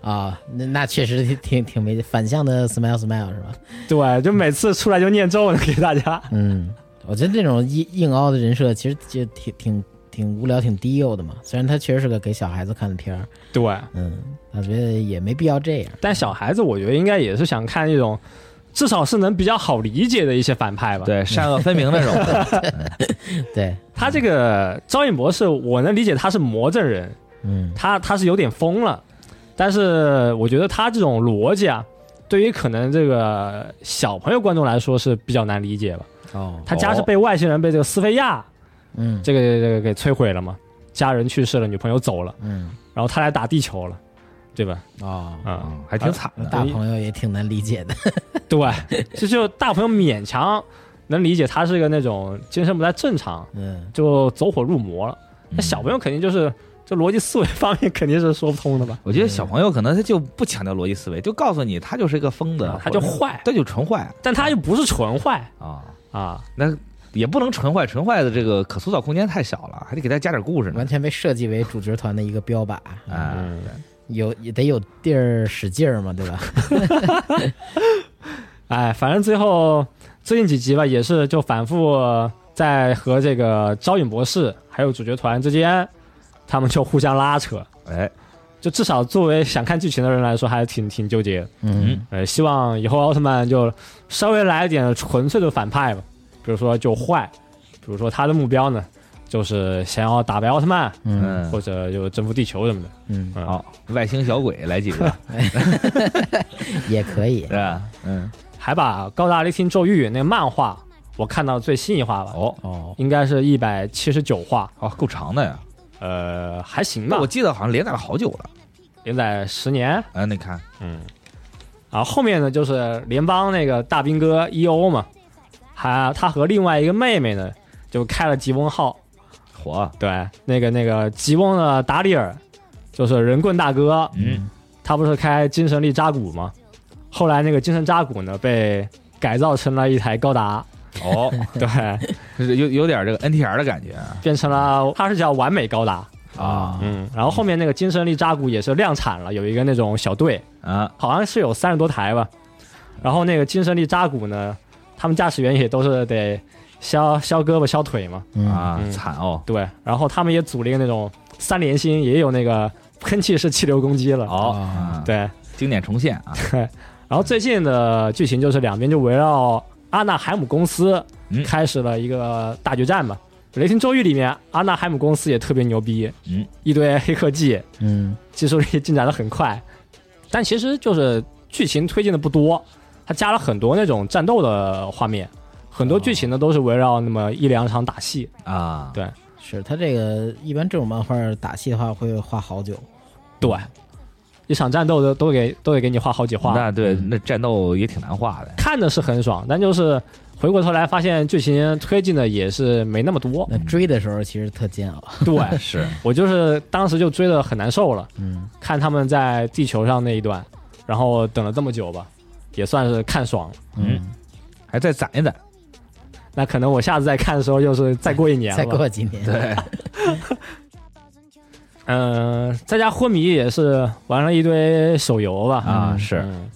啊，那那确实挺挺挺没反向的 smile smile 是吧？对，就每次出来就念咒呢给大家。嗯，我觉得这种硬硬凹的人设，其实就挺挺挺无聊、挺低幼的嘛。虽然它确实是个给小孩子看的片儿，对，嗯，我觉得也没必要这样。但小孩子我觉得应该也是想看一种，至少是能比较好理解的一些反派吧。对，善恶分明那 种，对，他这个招引博士，我能理解他是魔怔人，嗯他他是有点疯了，但是我觉得他这种逻辑啊，对于可能这个小朋友观众来说是比较难理解吧。哦，他家是被外星人被这个斯菲亚嗯这个这个给摧毁了嘛，家人去世了，女朋友走了，嗯然后他来打地球了，对吧？哦，啊、嗯，还挺惨的。大朋友也挺难理解的。 对，这就大朋友勉强能理解他是个那种精神不太正常，嗯，就走火入魔了。那嗯小朋友肯定就是这逻辑思维方面肯定是说不通的吧？我觉得小朋友可能他就不强调逻辑思维，就告诉你他就是一个疯子，他就或者坏，他就纯坏但他又不是纯坏啊。啊。那也不能纯坏，纯坏的这个可塑造空间太小了，还得给他加点故事完呢。全被设计为主角团的一个标靶，嗯啊，有也得有地儿使劲儿嘛，对吧？哎，反正最后最近几集吧，也是就反复在和这个招引博士还有主角团之间，他们就互相拉扯。哎，就至少作为想看剧情的人来说，还挺挺纠结的。嗯呃，希望以后奥特曼就稍微来一点纯粹的反派吧，比如说就坏，比如说他的目标呢，就是想要打败奥特曼，嗯嗯或，者就征服地球什么的。嗯，嗯，好，外星小鬼来几个， 也可以 是。吧？嗯，还把《高达雷霆咒域》那个漫画，我看到最新一话吧，哦哦，应该是一百七十九话，哦，够长的呀。呃，还行吧那我，记得好像连载了好久了。连载十年，嗯，你看，嗯，然后后面呢就是联邦那个大兵哥 E.O 嘛，还他和另外一个妹妹呢就开了吉翁号，火，对，那个那个吉翁的达里尔就是人棍大哥，嗯，他不是开精神力扎古吗？后来那个精神扎古呢被改造成了一台 高达，哦，对，就是有有点这个 NTR 的感觉啊变成了它是叫完美高达，啊嗯，然后后面那个精神力扎古也是量产了，有一个那种小队，啊好像是有三十多台吧。然后那个精神力扎古呢，他们驾驶员也都是得削削胳膊削腿嘛，嗯，啊嗯惨哦对。然后他们也组了一个那种三连星，也有那个喷气式气流攻击了，哦，啊嗯对。经典重现啊，然后最近的剧情就是两边就围绕阿纳海姆公司嗯开始了一个大决战嘛。雷霆周域》里面，阿纳海姆公司也特别牛逼，嗯，一堆黑科技，嗯，技术力进展的很快，但其实就是剧情推进的不多，它加了很多那种战斗的画面，很多剧情呢都是围绕那么一两场打戏，啊，对是他这个一般这种漫画打戏的话会画好久。对，一场战斗都都给都得给你画好几画，那对嗯那战斗也挺难画的，看着是很爽，但就是回过头来发现剧情推进的也是没那 么多，那追的时候其实特煎熬。对是我就是当时就追的很难受了，嗯看他们在地球上那一段，然后等了这么久吧，也算是看爽了。嗯，还再攒一攒，那可能我下次再看的时候，又是再过一年了吧，再过几年，对，嗯，在家昏迷也是玩了一堆手游吧。啊是，嗯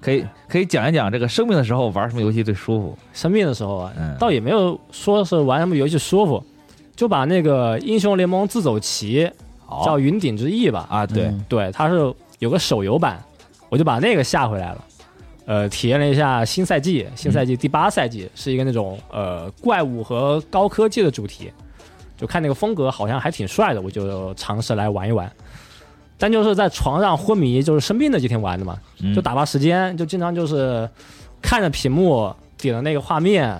可以可以讲一讲这个生病的时候玩什么游戏最舒服，生病的时候啊，嗯，倒也没有说是玩什么游戏舒服，就把那个英雄联盟自走棋好叫云顶之弈吧，啊对，嗯对，它是有个手游版，我就把那个下回来了。呃，体验了一下新赛季，新赛季第八赛季是一个那种呃怪物和高科技的主题，就看那个风格好像还挺帅的，我就尝试来玩一玩。但就是在床上昏迷，就是生病的几天玩的嘛，嗯就打发时间，就经常就是看着屏幕点了那个画面，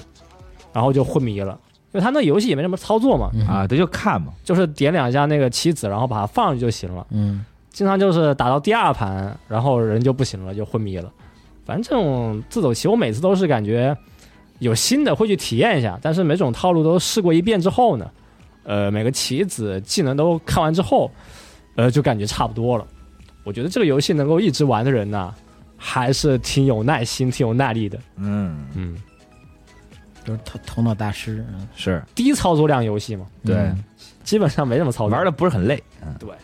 然后就昏迷了。因为它那游戏也没什么操作嘛，嗯啊，对，就看嘛，就是点两下那个棋子，然后把它放上去就行了。嗯经常就是打到第二盘，然后人就不行了，就昏迷了。反正这种自走棋，我每次都是感觉有新的会去体验一下，但是每种套路都试过一遍之后呢，呃，每个棋子技能都看完之后，呃，就感觉差不多了。我觉得这个游戏能够一直玩的人呢、还是挺有耐心、挺有耐力的。嗯嗯，就是头头脑大师。嗯是低操作量游戏嘛，对嗯基本上没什么操作。玩的不是很累，嗯对。是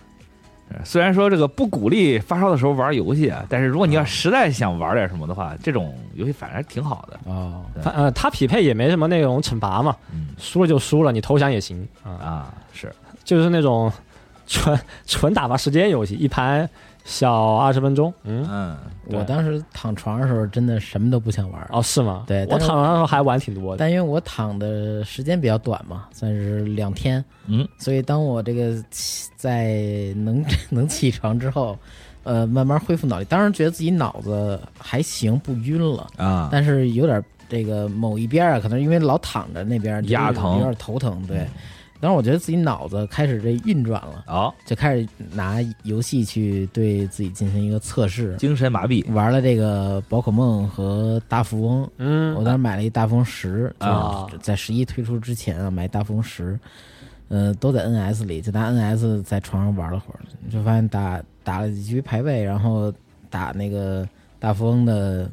虽然说这个不鼓励发烧的时候玩游戏啊，但是如果你要实在想玩点什么的话，这种游戏反而挺好的。哦，反呃，它匹配也没什么那种惩罚嘛，嗯输了就输了，你投降也行啊。啊，是就是那种纯纯打发时间游戏，一盘小二十分钟。嗯，嗯，对我当时躺床上的时候真的什么都不想玩儿。哦，是吗？对我但是躺上的时候还玩挺多的。但因为我躺的时间比较短嘛，算是两天，嗯，所以当我这个起在能 能起床之后，呃，慢慢恢复脑力，当时觉得自己脑子还行，不晕了，啊，但是有点这个某一边啊，可能因为老躺着那边压就是疼嗯有点头疼，对。当时我觉得自己脑子开始这运转了，哦，就开始拿游戏去对自己进行一个测试，精神麻痹玩了这个宝可梦和大富翁，我嗯，当时买了一大富翁十啊就是在十一推出之前啊，买大富翁十，呃，都在 NS 里，就拿 NS 在床上玩了会儿，就发现打打了几局排位，然后打那个大富翁的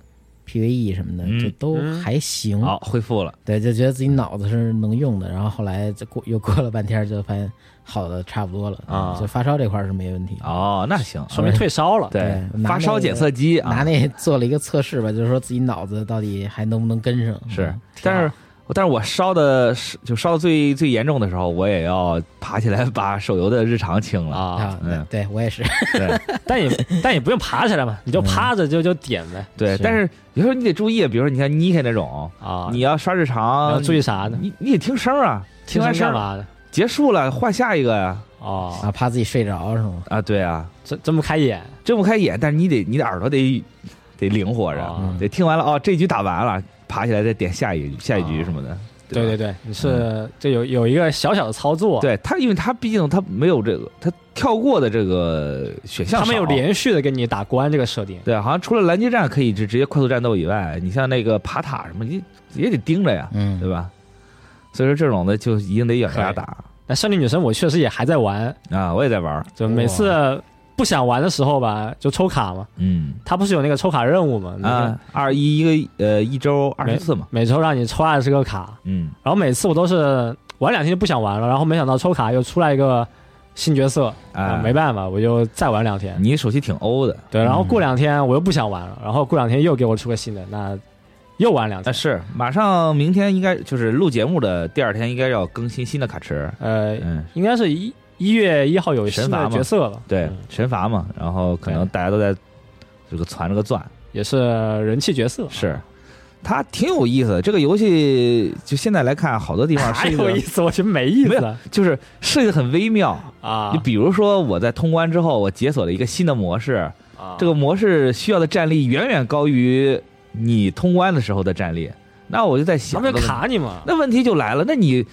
PVE 什么的，嗯就都还行、好恢复了，对，就觉得自己脑子是能用的，然后后来再过又过了半天，就发现好的差不多了啊就发烧这块儿是没问题。哦，那行，说明退烧了。对对拿发烧那个检测机拿啊，那做了一个测试吧， 就是说自己脑子到底还能不能跟上。是，但是但是我烧的是就烧的最最严重的时候，我也要爬起来把手游的日常清了，啊啊，，嗯对我也是，对但也 但也不用爬起来嘛，你就趴着就就点呗对，是但是有时候你得注意，比如说你像妮开那种，啊。你要刷日要常，嗯注意啥呢？你你得听声儿啊，听完完声干儿嘛的？结束了，换下一个呀！哦，啊，怕自己睡着是吗？啊，对啊，睁睁不开眼，睁不开眼，但是你得你的耳朵得得灵活着，哦得听完了哦，这局打完了，爬起来再点下一局下一局什么的。对对吧对，你是这有有一个小小的操作，对他，因为他毕竟他没有这个，他跳过的这个选项他们有少连续的跟你打关这个设定，对，好像除了拦截战可以直直接快速战斗以外，你像那个爬塔什么，你也得盯着呀，嗯，对吧？所以说这种的就一定得咬牙打但胜利女神我确实也还在玩，啊！我也在玩儿，就每次不想玩的时候吧，就抽卡嘛，嗯它不是有那个抽卡任务嘛，每啊，二一一个呃一周二十次嘛，每周让你抽二十个卡，嗯然后每次我都是玩两天就不想玩了，然后没想到抽卡又出来一个新角色，啊啊，嗯没办法，我就再玩两天。你手气挺欧的对，然后过两天我又不想玩了，然后过两天又给我出个新的，那又玩两啊，天。是马上明天应该就是录节目的第二天应该要更新新的卡池，呃，嗯，应该是一一月一号有神新罚的嘛角色了，对嗯，神罚嘛，然后可能对大家都在这个攒这个钻，也是人气角色，是。它挺有意思的，这个游戏就现在来看，好多地 方哪是一有个意思？我觉得没意没思有就是设计的很微妙。啊你比如说，我在通关之后，我解锁了一个新的模式，啊！这个模式需要的战力远远高于你通关的时候的战力。那我就在他想，们那就问卡你嘛，那问题就来了，那你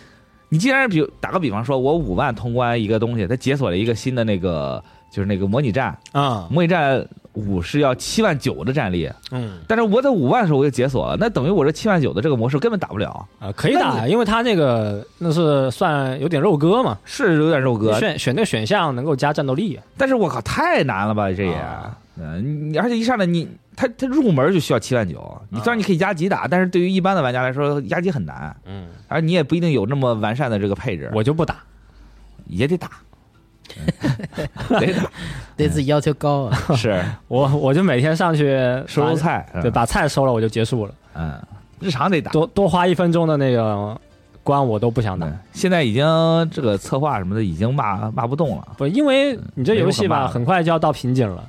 你既然是比如打个比方说，我五万通关一个东西，它解锁了一个新的那个就是那个模拟战，啊模拟战五是要七万九的战力，嗯但是我在五万的时候我就解锁了，那等于我这七万九的这个模式根本打不了，啊，可以那打，因为他那个那是算有点肉鸽嘛，是有点肉你鸽。选选那个选项能够加战斗力，但是我靠，太难了吧，这也啊，嗯，你而且一上来你他他入门就需要七万啊九，你虽然你可以压级打，但是对于一般的玩家来说，压级很难，嗯，而你也不一定有那么完善的这个配置，我就不打，也得 打，嗯 得对自己要求高啊。打，是我我就每天上去 收收把，菜，嗯对，把菜收了我就结束了，嗯，日常得打。多多花一分钟的那个关我都不想打嗯，现在已经这个策划什么的已经骂骂不动了，不，因为你这游戏嗯没有可骂吧，的很快就要到瓶颈了，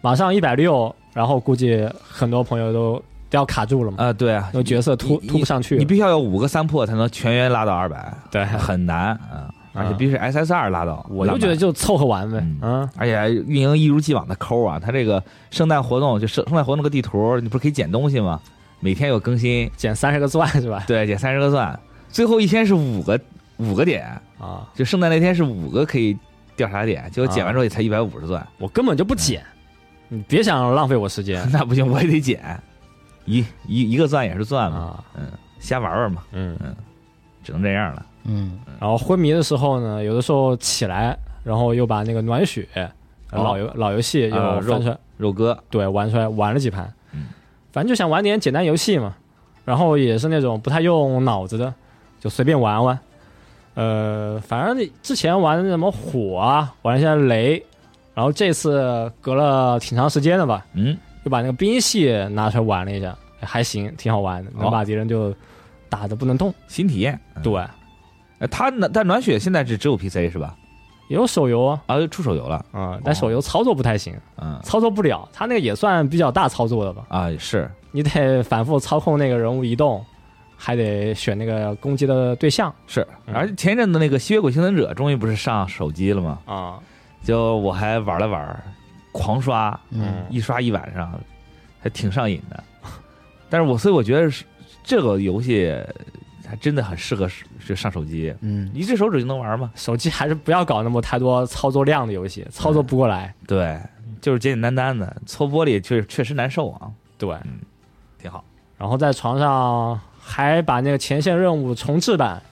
马上一百六，然后估计很多朋友都都要卡住了嘛，啊，对啊，那角色突你突不上去你了，必须要有五个三破才能全员拉到二 百，对，很难啊，而且必须是 SSR 拉到，我就觉得就凑合玩呗嗯，嗯，而且运营一如既往的抠啊，他这个圣诞活动就圣圣诞活动那个地图，你不是可以捡东西吗？每天有更新，减三十个钻是吧？对，捡三十个钻，最后一天是五个五个点，啊，就圣诞那天是五个可以调查点，结果捡完之后也才一百五十钻，我根本就不减，嗯你别想浪费我时 间那不行，我也得捡，一一一个钻也是钻嘛，啊，瞎玩玩嘛，嗯，只能这样了。嗯，然后昏迷的时候呢，有的时候起来，然后又把那个暖血呃哦老游老游戏啊又翻出来，肉哥，对，玩出来玩了几盘嗯，反正就想玩点简单游戏嘛，然后也是那种不太用脑子的，就随便玩玩。呃，反正之前玩什么火啊，玩一下雷，然后这次隔了挺长时间的吧，嗯，又把那个冰系拿出来玩了一下，还行，挺好玩的，能把敌人就打的不能动。新体验，嗯对，呃他暖但暖雪现在是只有 PC 是吧？也有手游啊，啊，又出手游了，嗯，但手游操作不太行，嗯操作不了，它那个也算比较大操作的吧。啊是，你得反复操控那个人物移动，还得选那个攻击的对象是，嗯而且前一阵子那个《吸血鬼幸存者》终于不是上手机了吗？啊。就我还玩了玩，狂刷，嗯一刷一晚上，还挺上瘾的。但是我所以我觉得是这个游戏还真的很适合是就上手机，嗯，一只手指就能玩嘛。手机还是不要搞那么太多操作量的游戏，操作不过来。对，就是简简单单的搓玻璃确确实难受啊，对，挺好。然后在床上还把那个前线任务重置版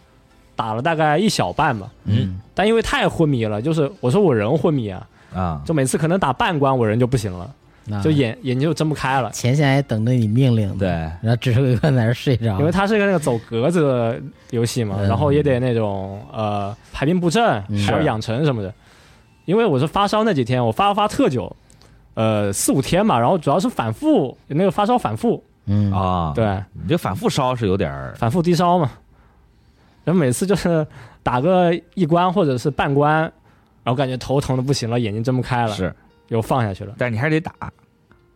打了大概一小半吧，嗯嗯，但因为太昏迷了，就是我说我人昏迷啊，啊，就每次可能打半关我人就不行了，那就嗯眼眼睛就睁不开啊了，前线还等着你命令呢，对，然后指挥官在那儿睡着，因为它是一个那个走格子的游戏嘛，嗯然后也得那种呃排兵布阵，嗯还有是养成什么的。因为我是发烧那几天，我发了发特久，呃四五天嘛，然后主要是反复有那个发烧反复，嗯，啊，，对，你这反复烧是有点儿，反复低烧嘛，然后每次就是打个一关或者是半关，然后感觉头疼的不行了，眼睛睁不开了，是，又放下去了。但是你还是得打，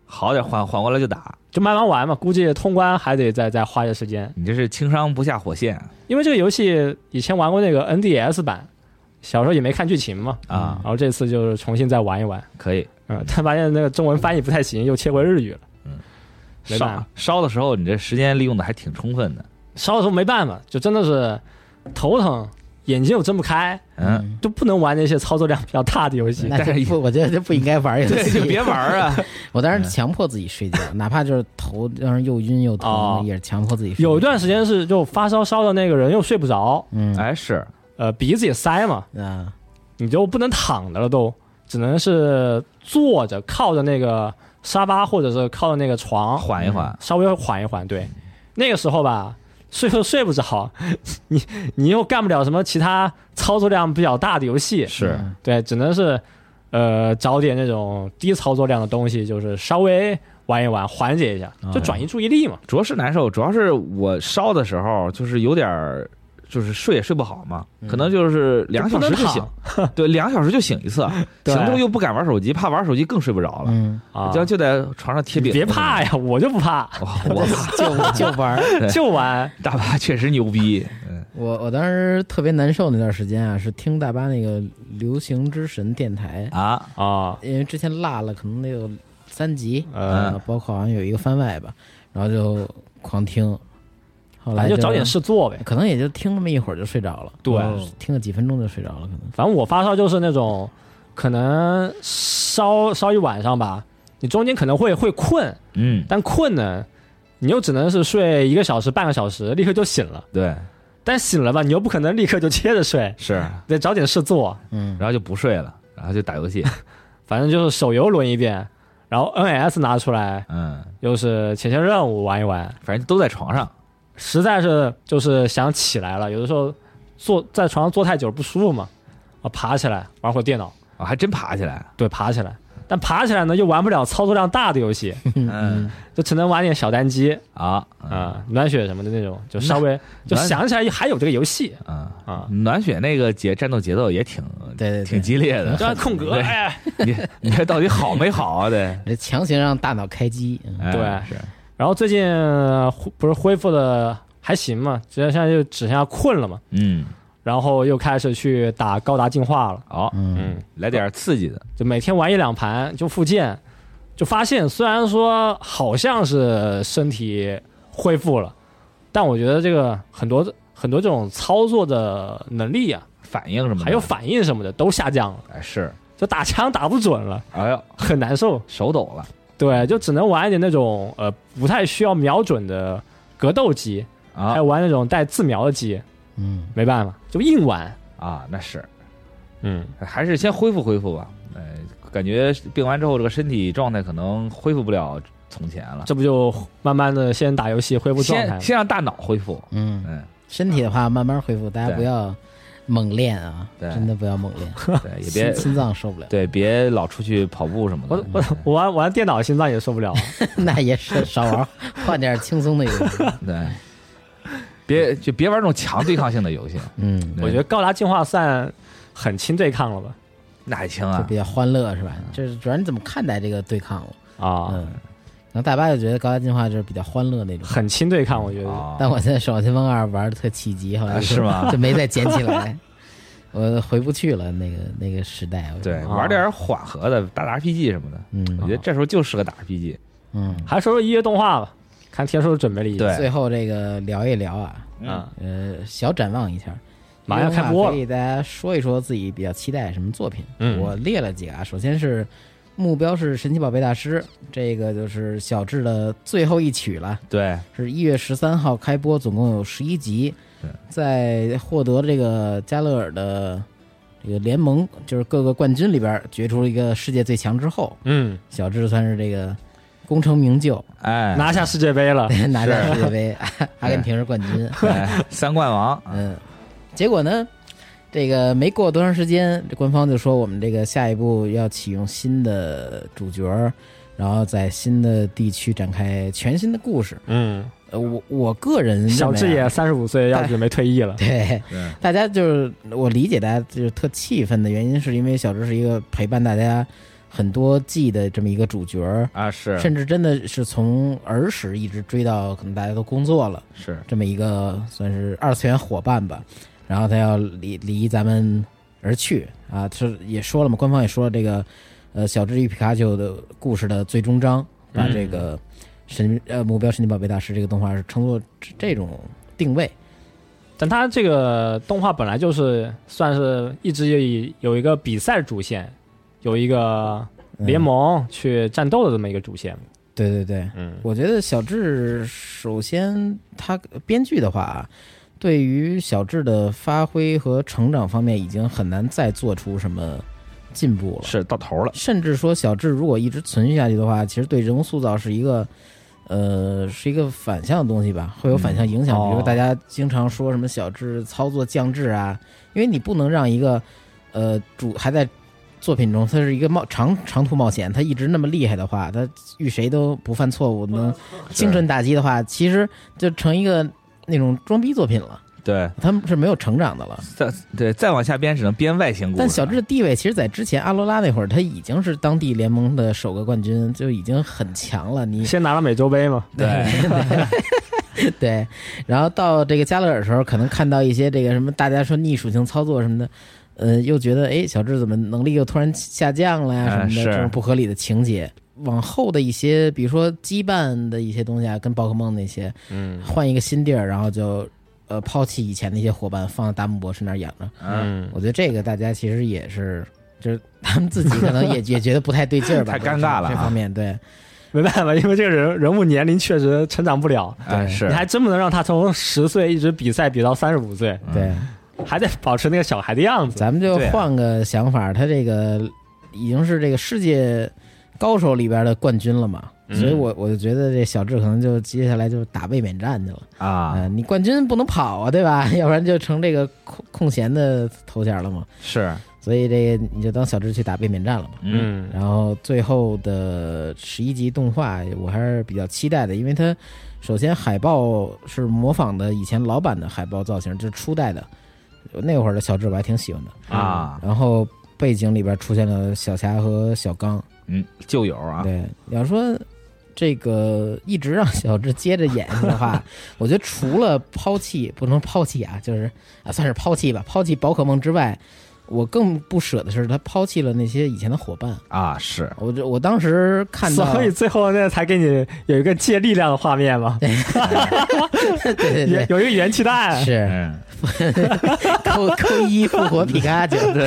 好点缓缓过来就打，就慢慢玩嘛，估计通关还得再再花些时间。你这是轻伤不下火线因为这个游戏以前玩过那个 NDS 版，小时候也没看剧情嘛，啊然！后这次就是重新再玩一玩，可以嗯，但发现那个中文翻译不太行，又切回日语了。嗯没办烧法烧的时候，你这时间利用的还挺充分的。烧的时候没办法，就真的是头疼，眼睛又睁不开，嗯，就不能玩那些操作量比较大的游戏。那但是就不，我觉得就不应该玩游 对， 戏。就别玩儿啊！ 我当时强迫自己睡 觉，哪怕就是头让人又晕又哦疼，也是强迫自己。有一段时，间是就发烧烧的那个人又睡不着，嗯哎，是呃，鼻子也塞嘛，啊，你就不能躺着了都，只能是坐着靠着那个沙发或者是靠着那个床缓一缓，稍微缓一缓。对，那个时候吧，睡又睡不着， 你你又干不了什么其他操作量比较大的游戏，是对，只能是呃找点那种低操作量的东西，就是稍微玩一玩，缓解一下，啊就转移注意力嘛。主要是难受，主要是我烧的时候就是有点儿，就是睡也睡不好嘛，嗯可能就是两个就小不能时就醒，对，两个小时就醒一次，啊对醒之后又不敢玩手机，怕玩手机更睡不着了，嗯，躺啊就，就在床上贴饼。啊别怕呀，我就不怕，哇，我怕 就就玩儿。对就玩。大巴确实牛逼，嗯我我当时特别难受那段时间啊，是听大巴那个《流行之神》电台，啊， 啊，因为之前落了可能得有三集，哎呃啊，包括好像有一个番外吧，然后就狂听，后反来正就找点，事做呗。可能也就听那么一会儿就睡着了，对嗯听了几分钟就睡着了，可能反正我发烧就是那种，可能烧烧一晚上吧，你中间可能会会困，嗯，但困呢，你又只能是睡一个小时、半个小时，立刻就醒了。对，但醒了吧，你又不可能立刻就接着睡，是，得找点事做。嗯然后就不睡了，然后就打游 戏，反正就是手游轮一遍，然后 NS 拿出来，嗯，又是前线任务玩一玩。反正都在床上，实在是就是想起来了，有的时候坐在床上坐太久不舒服嘛，啊，爬起来玩会儿电脑，啊，还真爬起来，对，爬起来。但爬起来呢，又玩不了操作量大的游戏，嗯就只能玩点小单机啊，啊、暖血什么的那种，就稍微就想起来还有这个游戏嗯，啊，暖雪那个节战斗节奏也挺对对对挺激烈 的，这空格对哎，你你这到底好没好啊？得，这强行让大脑开机，嗯哎 对是，然后最近呃恢不是恢复的还行嘛，只现在就只剩下困了嘛，嗯，然后又开始去打高达进化了，好，嗯嗯，来点刺激的，就每天玩一两盘就复健，就发现虽然说好像是身体恢复了，但我觉得这个很多很多这种操作的能力啊，反应什么的，还有反应什么的都下降了，哎是，就打枪打不准了，哎呦，很难受。手抖了对，就只能玩一点那种呃不太需要瞄准的格斗机，还啊有玩那种带自瞄的机，嗯，没办法，就硬玩。啊，那是，嗯，还是先恢复恢复吧，哎，感觉病完之后这个身体状态可能恢复不了从前了，这不就慢慢的先打游戏恢复状态先吗，先让大脑恢复，嗯， 嗯，身体的话慢慢恢复，大家对不要猛练啊，对真的不要猛练，对，也心别心脏受不了，对，别老出去跑步什么我的，我我玩玩电脑心脏也受 不了， 那也是少玩，换点轻松的游戏，嗯嗯对， 别就别玩那种强对抗性的游戏，嗯，我觉得高达进化算很轻对抗了吧？那还行就啊比，较欢乐是吧？就是主要你怎么看待这个对抗了，啊，嗯，然后大巴就觉得高达进化就是比较欢乐那种。很轻对抗，我觉得。啊但我现在《守望先锋二》玩的特起急，后来啊就是吗就没再捡起来， 我回不去了那个那个时代。我觉得啊对，玩点缓和的，打打 RPG 什么的，我觉嗯得这时候就适合打 RPG。嗯。还说说一月动画吧，看天叔准备了一对最后这个聊一聊啊，嗯啊，呃，小展望一下，马上要开播了可以大家说一说自己比较期待什么作品。嗯我列了几个啊，首先是目标是神奇宝贝大师，这个就是小智的最后一曲了。对，是一月十三号开播，总共有十一集对。在获得这个加勒尔的这个联盟，就是各个冠军里边角逐一个世界最强之后，嗯，小智算是这个功成名就， 哎，拿下世界杯了，拿下世界杯，阿根廷是冠军。哎三冠王，嗯，结果呢，这个没过多长时间，这官方就说我们这个下一步要启用新的主角儿，然后在新的地区展开全新的故事。嗯，呃，我我个人认为啊 小智 也三十五岁，要准备退役了， 对，对大家就是我理解大家就是特气愤的原因，是因为小智是一个陪伴大家很多季的这么一个主角儿，啊，是甚至真的是从儿时一直追到可能大家都工作了是，这么一个算是二次元伙伴吧。然后他要离离咱们而去啊，是也说了嘛，官方也说了这个，呃，小智与皮卡丘的故事的最终章，把嗯这个神呃目标神奇宝贝大师这个动画是称作这这种定位，但它这个动画本来就是算是一直以有一个比赛主线，有一个嗯联盟去战斗的这么一个主线。对对对，嗯，我觉得小智首先他编剧的话啊，对于小智的发挥和成长方面已经很难再做出什么进步了。是到头了，甚至说小智如果一直存续下去的话，其实对人物塑造是一个，呃，是一个反向的东西吧，会有反向影响。嗯比如哦说大家经常说什么小智操作降智啊，因为你不能让一个，呃，主还在作品中，他是一个冒长长途冒险，他一直那么厉害的话，他遇谁都不犯错误，能精神打击的话，其实就成一个那种装逼作品了，对，他们是没有成长的了。再对再往下编只能编外星故事了，但小智的地位，其实，在之前阿罗拉那会儿，他已经是当地联盟的首个冠军，就已经很强了。你 先拿了美洲杯嘛。对对，然后到这个加勒尔的时候，可能看到一些这个什么大家说逆属性操作什么的，呃，又觉得哎，小智怎么能力又突然下降了呀什嗯么的，这是种不合理的情节。往后的一些，比如说羁绊的一些东西啊，跟宝可梦那些，嗯换一个新地儿，然后就呃抛弃以前那些伙伴，放到达姆博士那儿养着。啊嗯，我觉得这个大家其实也是，就是他们自己可能 也也觉得不太对劲儿吧，太尴尬了啊这方面对，没办法，因为这个人人物年龄确实成长不了，哎是你，还真不能让他从十岁一直比赛比到三十五岁，嗯对，还得保持那个小孩的样子。咱们就对啊换个想法，他这个已经是这个世界高手里边的冠军了嘛，嗯所以我我就觉得这小智可能就接下来就打卫冕战去了啊呃你冠军不能跑啊，对吧？ 要不然就成这个空空闲的头衔了嘛，是，所以这个你就当小智去打卫冕战了嘛。嗯嗯，然后最后的十一集动画，我还是比较期待的，因为它首先海报是模仿的以前老版的海报造型，就是初代的，那会儿的小智我还挺喜欢的。啊，然后背景里边出现了小霞和小刚，嗯，旧友啊，对，要说这个一直让小智接着演的 话，我觉得除了抛弃不能抛弃啊，就是啊算是抛弃吧，抛弃宝可梦之外，我更不舍的是他抛弃了那些以前的伙伴。啊是，我这我当时看到，嗯所以最后那才给你有一个借力量的画面嘛，对对有对，有一个元气弹，是嗯，扣扣一复活皮卡丘，对，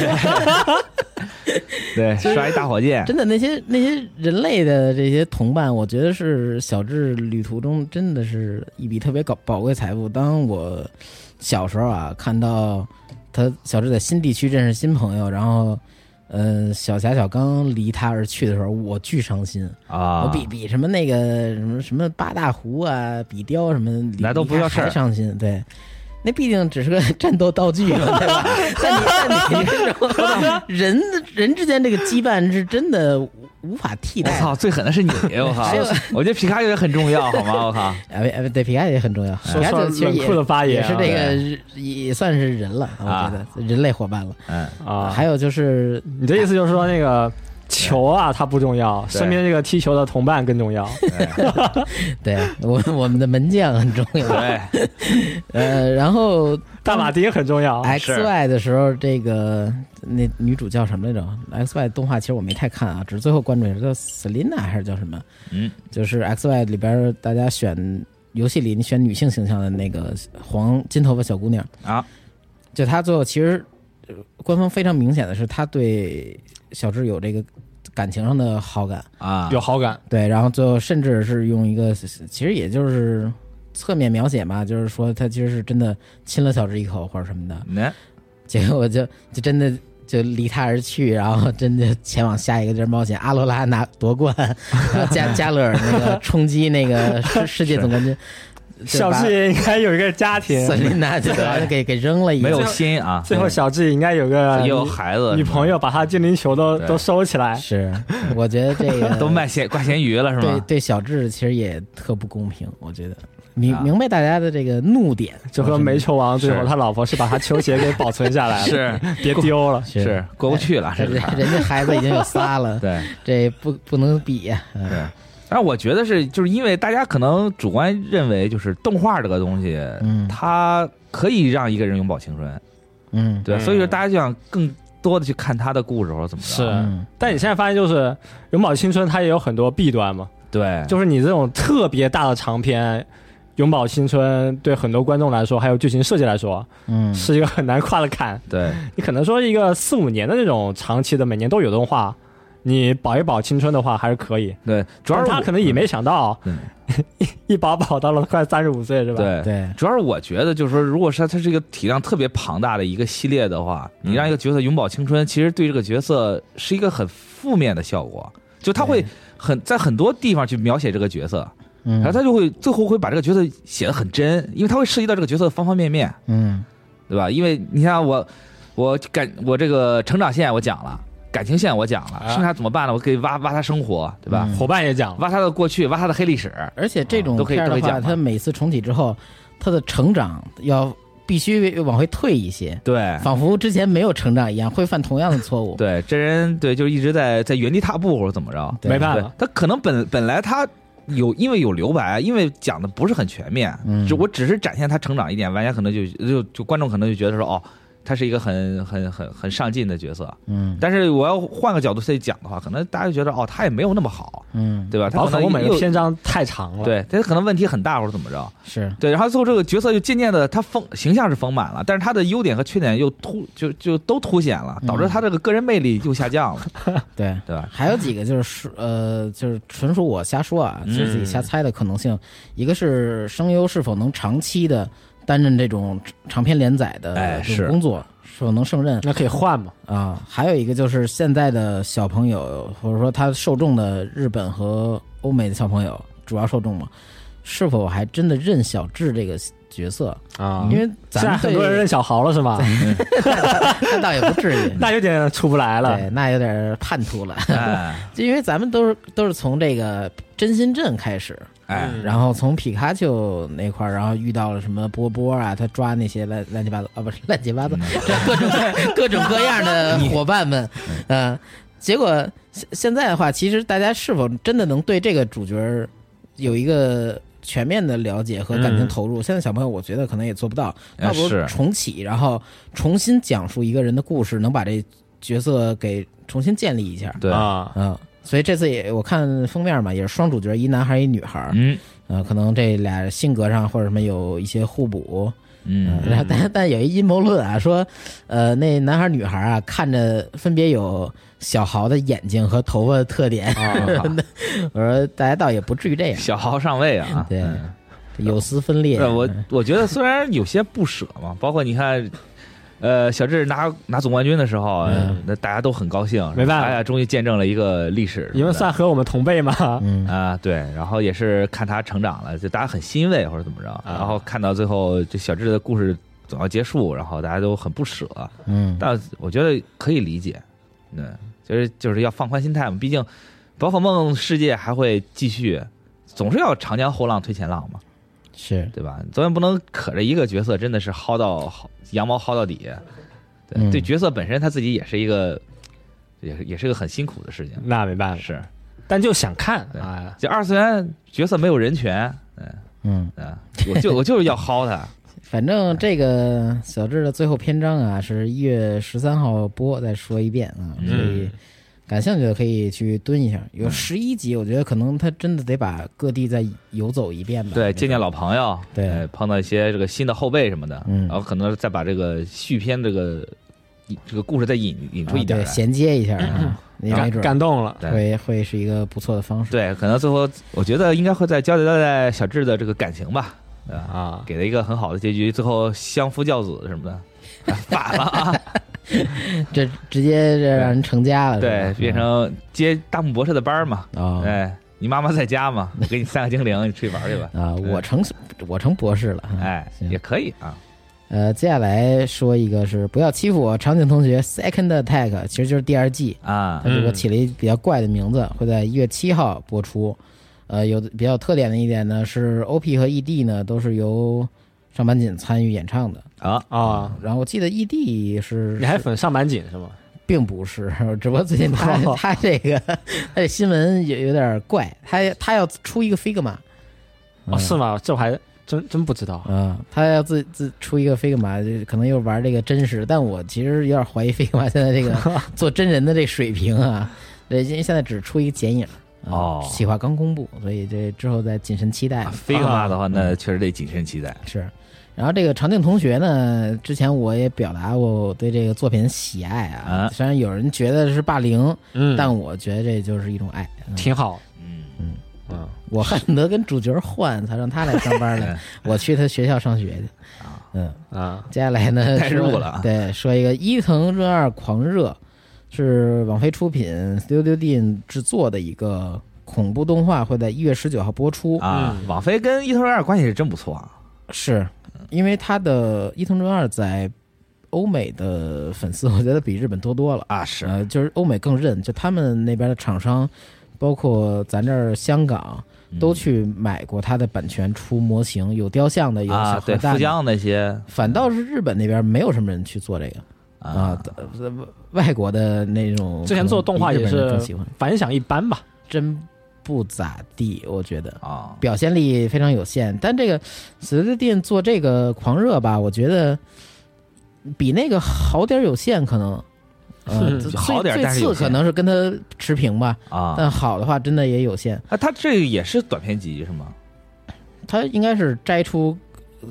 刷一大火箭，真的那些那些人类的这些同伴，我觉得是小智旅途中真的是一笔特别宝宝贵财富。当我小时候啊，看到他小智在新地区认识新朋友，然后。呃，小霞、小刚离他而去的时候，我巨伤心。啊，我比比什么那个什么什么八大胡啊、比雕什么，离那都不叫事儿离他还伤心。对，那毕竟只是个战斗道具嘛，对吧？但你但你这种 人人之间这个羁绊是真的无无法替我代的。操，最狠的 是你，我靠还有！我觉得皮卡丘也很重要，好吗？我 靠，哎哎，对，皮卡丘也很重要，皮说卡说丘其实冷也酷的发言也啊是这个也算是人了，我觉得人类伙伴了。嗯，啊，还有就是你的意思就是说那个球啊，它不重要，对身边这个踢球的同伴更重要。对对我我们的门将很重要，对，呃，然后大马丁很重要， X 哦是 Y 的时候，这个那女主叫什么来着？X Y 动画其实我没太看啊，只是最后关注一下，叫 Selina 还是叫什么？嗯，就是 X Y 里边大家选游戏里你选女性形象的那个黄金头发小姑娘，啊，就她最后其实呃官方非常明显的是她对小智有这个感情上的好感，啊，有好感，对，然后最后甚至是用一个，其实也就是侧面描写嘛，就是说她其实是真的亲了小智一口或者什么的。那结果就就真的就离他而去，然后真的前往下一个地儿冒险。阿罗拉 拿夺冠，然后加加勒尔那个冲击那个世世界总冠军，小智也应该有一个家庭，森林拿起来给给扔了一个，没有心啊，最后小智应该有个也有孩子，女朋友，把他精灵球都对都收起来。是，我觉得这个 都卖咸挂咸鱼了是对吗？对小智其实也特不公平，我觉得明啊明白大家的这个怒点就和煤球王最后是他老婆是把他球鞋给保存下来了，是别丢了。是过不去了，是人不是家？人家孩子已经有仨了， 对这不不能比呀、嗯对。但是我觉得是，就是因为大家可能主观认为，就是动画这个东西，嗯它可以让一个人永葆青春，嗯对，嗯所以说大家就想更多的去看他的故事或者怎么着，是嗯，但你现在发现，就是永葆青春，它也有很多弊端嘛。对，就是你这种特别大的长篇，《永葆青春》对很多观众来说，还有剧情设计来说，嗯是一个很难跨的 坎。对，你可能说一个四五年的这种长期的，每年都有动画，你保一保青春的话还是可以。对，主要但是他我可能也没想到嗯， 一保保到了快三十五岁是吧？，对对，主要是我觉得，就是说，如果是它是一个体量特别庞大的一个系列的话，你嗯让一个角色永葆青春，其实对这个角色是一个很负面的效果。就他会对很在很多地方去描写这个角色，嗯然后他就会最后会把这个角色写得很真，因为他会涉及到这个角色的方方面面，嗯对吧？因为你像我，我感我这个成长线我讲了，感情线我讲了，啊剩下怎么办呢？我可以挖挖他生活，对吧？嗯伙伴也讲了，挖他的过去，挖他的黑历史，而且这种啊都可以片儿都的可以讲话，嘛它每次重启之后，它的成长要必须往回退一些，对，仿佛之前没有成长一样，会犯同样的错误。哎对，真人对就是一直在在原地踏步或者怎么着，对没办对法，，他可能本本来他有因为有留白，啊因为讲的不是很全面，嗯就我只是展现他成长一点，玩家可能就就就观众可能就觉得说哦，他是一个很很很很上进的角色，嗯但是我要换个角度去讲的话，可能大家就觉得哦，他也没有那么好，嗯，对吧？他宝可可能梦每个又篇章太长了。，对，他可能问题很大或者怎么着，是对，然后最后这个角色就渐渐的，他丰形象是丰满了，但是他的优点和缺点又突就就都凸显了，导致他这个个人魅力又下降了，对。对吧？还有几个就是 说，呃，就是纯属我瞎说啊，嗯就是自己瞎猜的可能性。一个是声优是否能长期的担任这种长篇连载哎的是这种工作，是否能胜任那可以换嘛？啊？还有一个就是现在的小朋友，或者说他受众的日本和欧美的小朋友主要受众嘛，是否还真的认小智这个角色？啊哦因为现咱在们很多人认小豪了是吗？，那倒也不至于那有点出不来了。对，那有点叛徒了。哎就因为咱们都是都是从这个真心镇开始，哎，嗯然后从皮卡丘那块儿，然后遇到了什么波波啊，他抓那些乱乱七八糟啊，不是乱七八糟，嗯这 各种 各种各样的伙伴们，嗯、结果现现在的话，其实大家是否真的能对这个主角儿有一个全面的了解和感情投入？现在小朋友我觉得可能也做不到，呃倒不如嗯是重启，然后重新讲述一个人的故事，能把这角色给重新建立一下。对，啊，嗯，所以这次也我看封面嘛，也是双主角，一男孩一女孩儿。嗯呃，可能这俩性格上或者什么有一些互补，嗯，嗯然后 但但有一阴谋论啊，说，呃，那男孩女孩啊，看着分别有小豪的眼睛和头发的特点， 我说大家倒也不至于这样，小豪上位啊，嗯对嗯有丝分裂，呃我嗯我觉得虽然有些不舍嘛， 包括你看，呃，小智拿拿总冠军的时候，呃那大家都很高兴，嗯没办法大家终于见证了一个历史，因为算和我们同辈嘛。嗯啊，对，然后也是看他成长了，就大家很欣慰或者怎么啊着，然后看到最后这小智的故事总要结束，然后大家都很不舍，嗯但我觉得可以理解，嗯，就是就是要放宽心态嘛，毕竟宝可梦世界还会继续，总是要长江后浪推前浪嘛，是，对吧？总也不能可着一个角色真的是薅到羊毛薅到底，对、嗯对，角色本身他自己也是一个，也是也是个很辛苦的事情，那没办法，是，但就想看对啊，就二次元角色没有人权，嗯嗯，嗯，我就我就是要 薅他，反正嗯这个小智的最后篇章啊，是一月十三号播，再说一遍啊，所以嗯感兴趣的可以去蹲一下，嗯有十一集，我觉得可能他真的得把各地再游走一遍吧，对，见见老朋友，对呃碰到一些这个新的后辈什么的，嗯然后可能再把这个续篇这个这个故事再引引出一点啊来对，，衔接一下 啊，你没感准儿感动了。对会会是一个不错的方式。对，可能最后我觉得应该会再交代交代小智的这个感情吧，对吧？啊，给了一个很好的结局，最后相夫教子什么 的，反了啊，这直接这让人成家了，对是吧，变成接大木博士的班儿嘛，啊 哎，你妈妈在家嘛，我给你三个精灵，你出去玩去吧，啊！我成我成博士了。啊哎，行也可以啊。呃，接下来说一个是不要欺负我，场景同学 Second Attack，其实就是第二季，啊它，这个嗯起了一比较怪的名嗯字，会在一月七号播出。呃，有的比较有特点的一点呢是 OP 和 ED 呢都是由上坂锦参与演唱的。啊，啊，然后我记得 ED 是你还粉上板井是吗？并不是， 只不过最近他他这个 他这新闻有有点怪，他他要出一个 Figma，哦，嗯是吗？这我还真真不知道。啊、他要自自出一个 Figma，就可能又玩这个真实，但我其实有点怀疑 Figma 现在这个做真人的这水平啊，对，因为现在只出一个剪影，啊哦企划刚公布，所以这之后再谨慎期待吧。啊飞哥妈的话，啊那确实得谨慎期待。是，然后这个长靖同学呢，之前我也表达过我对这个作品的喜爱啊，啊虽然有人觉得是霸凌，嗯，但我觉得这就是一种爱。嗯挺好。嗯，，嗯，我恨不得跟主角换，才让他来上班呢 我去他学校上学去。嗯，啊，接下来 呢，代入说了啊对，说一个伊藤润二狂热，是网飞出品，Studio Dean 制作的一个恐怖动画，会在一月十九号播出。啊，嗯网飞跟伊藤润二关系是真不错啊。是因为他的伊藤润二在欧美的粉丝，我觉得比日本多多了。啊，是呃，就是欧美更认，就他们那边的厂商，包括咱这儿香港，嗯都去买过他的版权出模型，有雕像的，有啊，小对，核弹富的。江那些反倒是日本那边没有什么人去做这个啊啊，，呃外国的那种之前做动画可能也比日本人是更喜欢，反响一般吧。真不咋地，我觉得啊，表现力非常有限。但这个死的店做这个狂热吧，我觉得比那个好点儿有限，可 能。呃嗯，最好点儿最但是有次限可能是跟他持平吧，啊，但好的话真的也有限。啊，他这也是短篇集是吗？他应该是摘出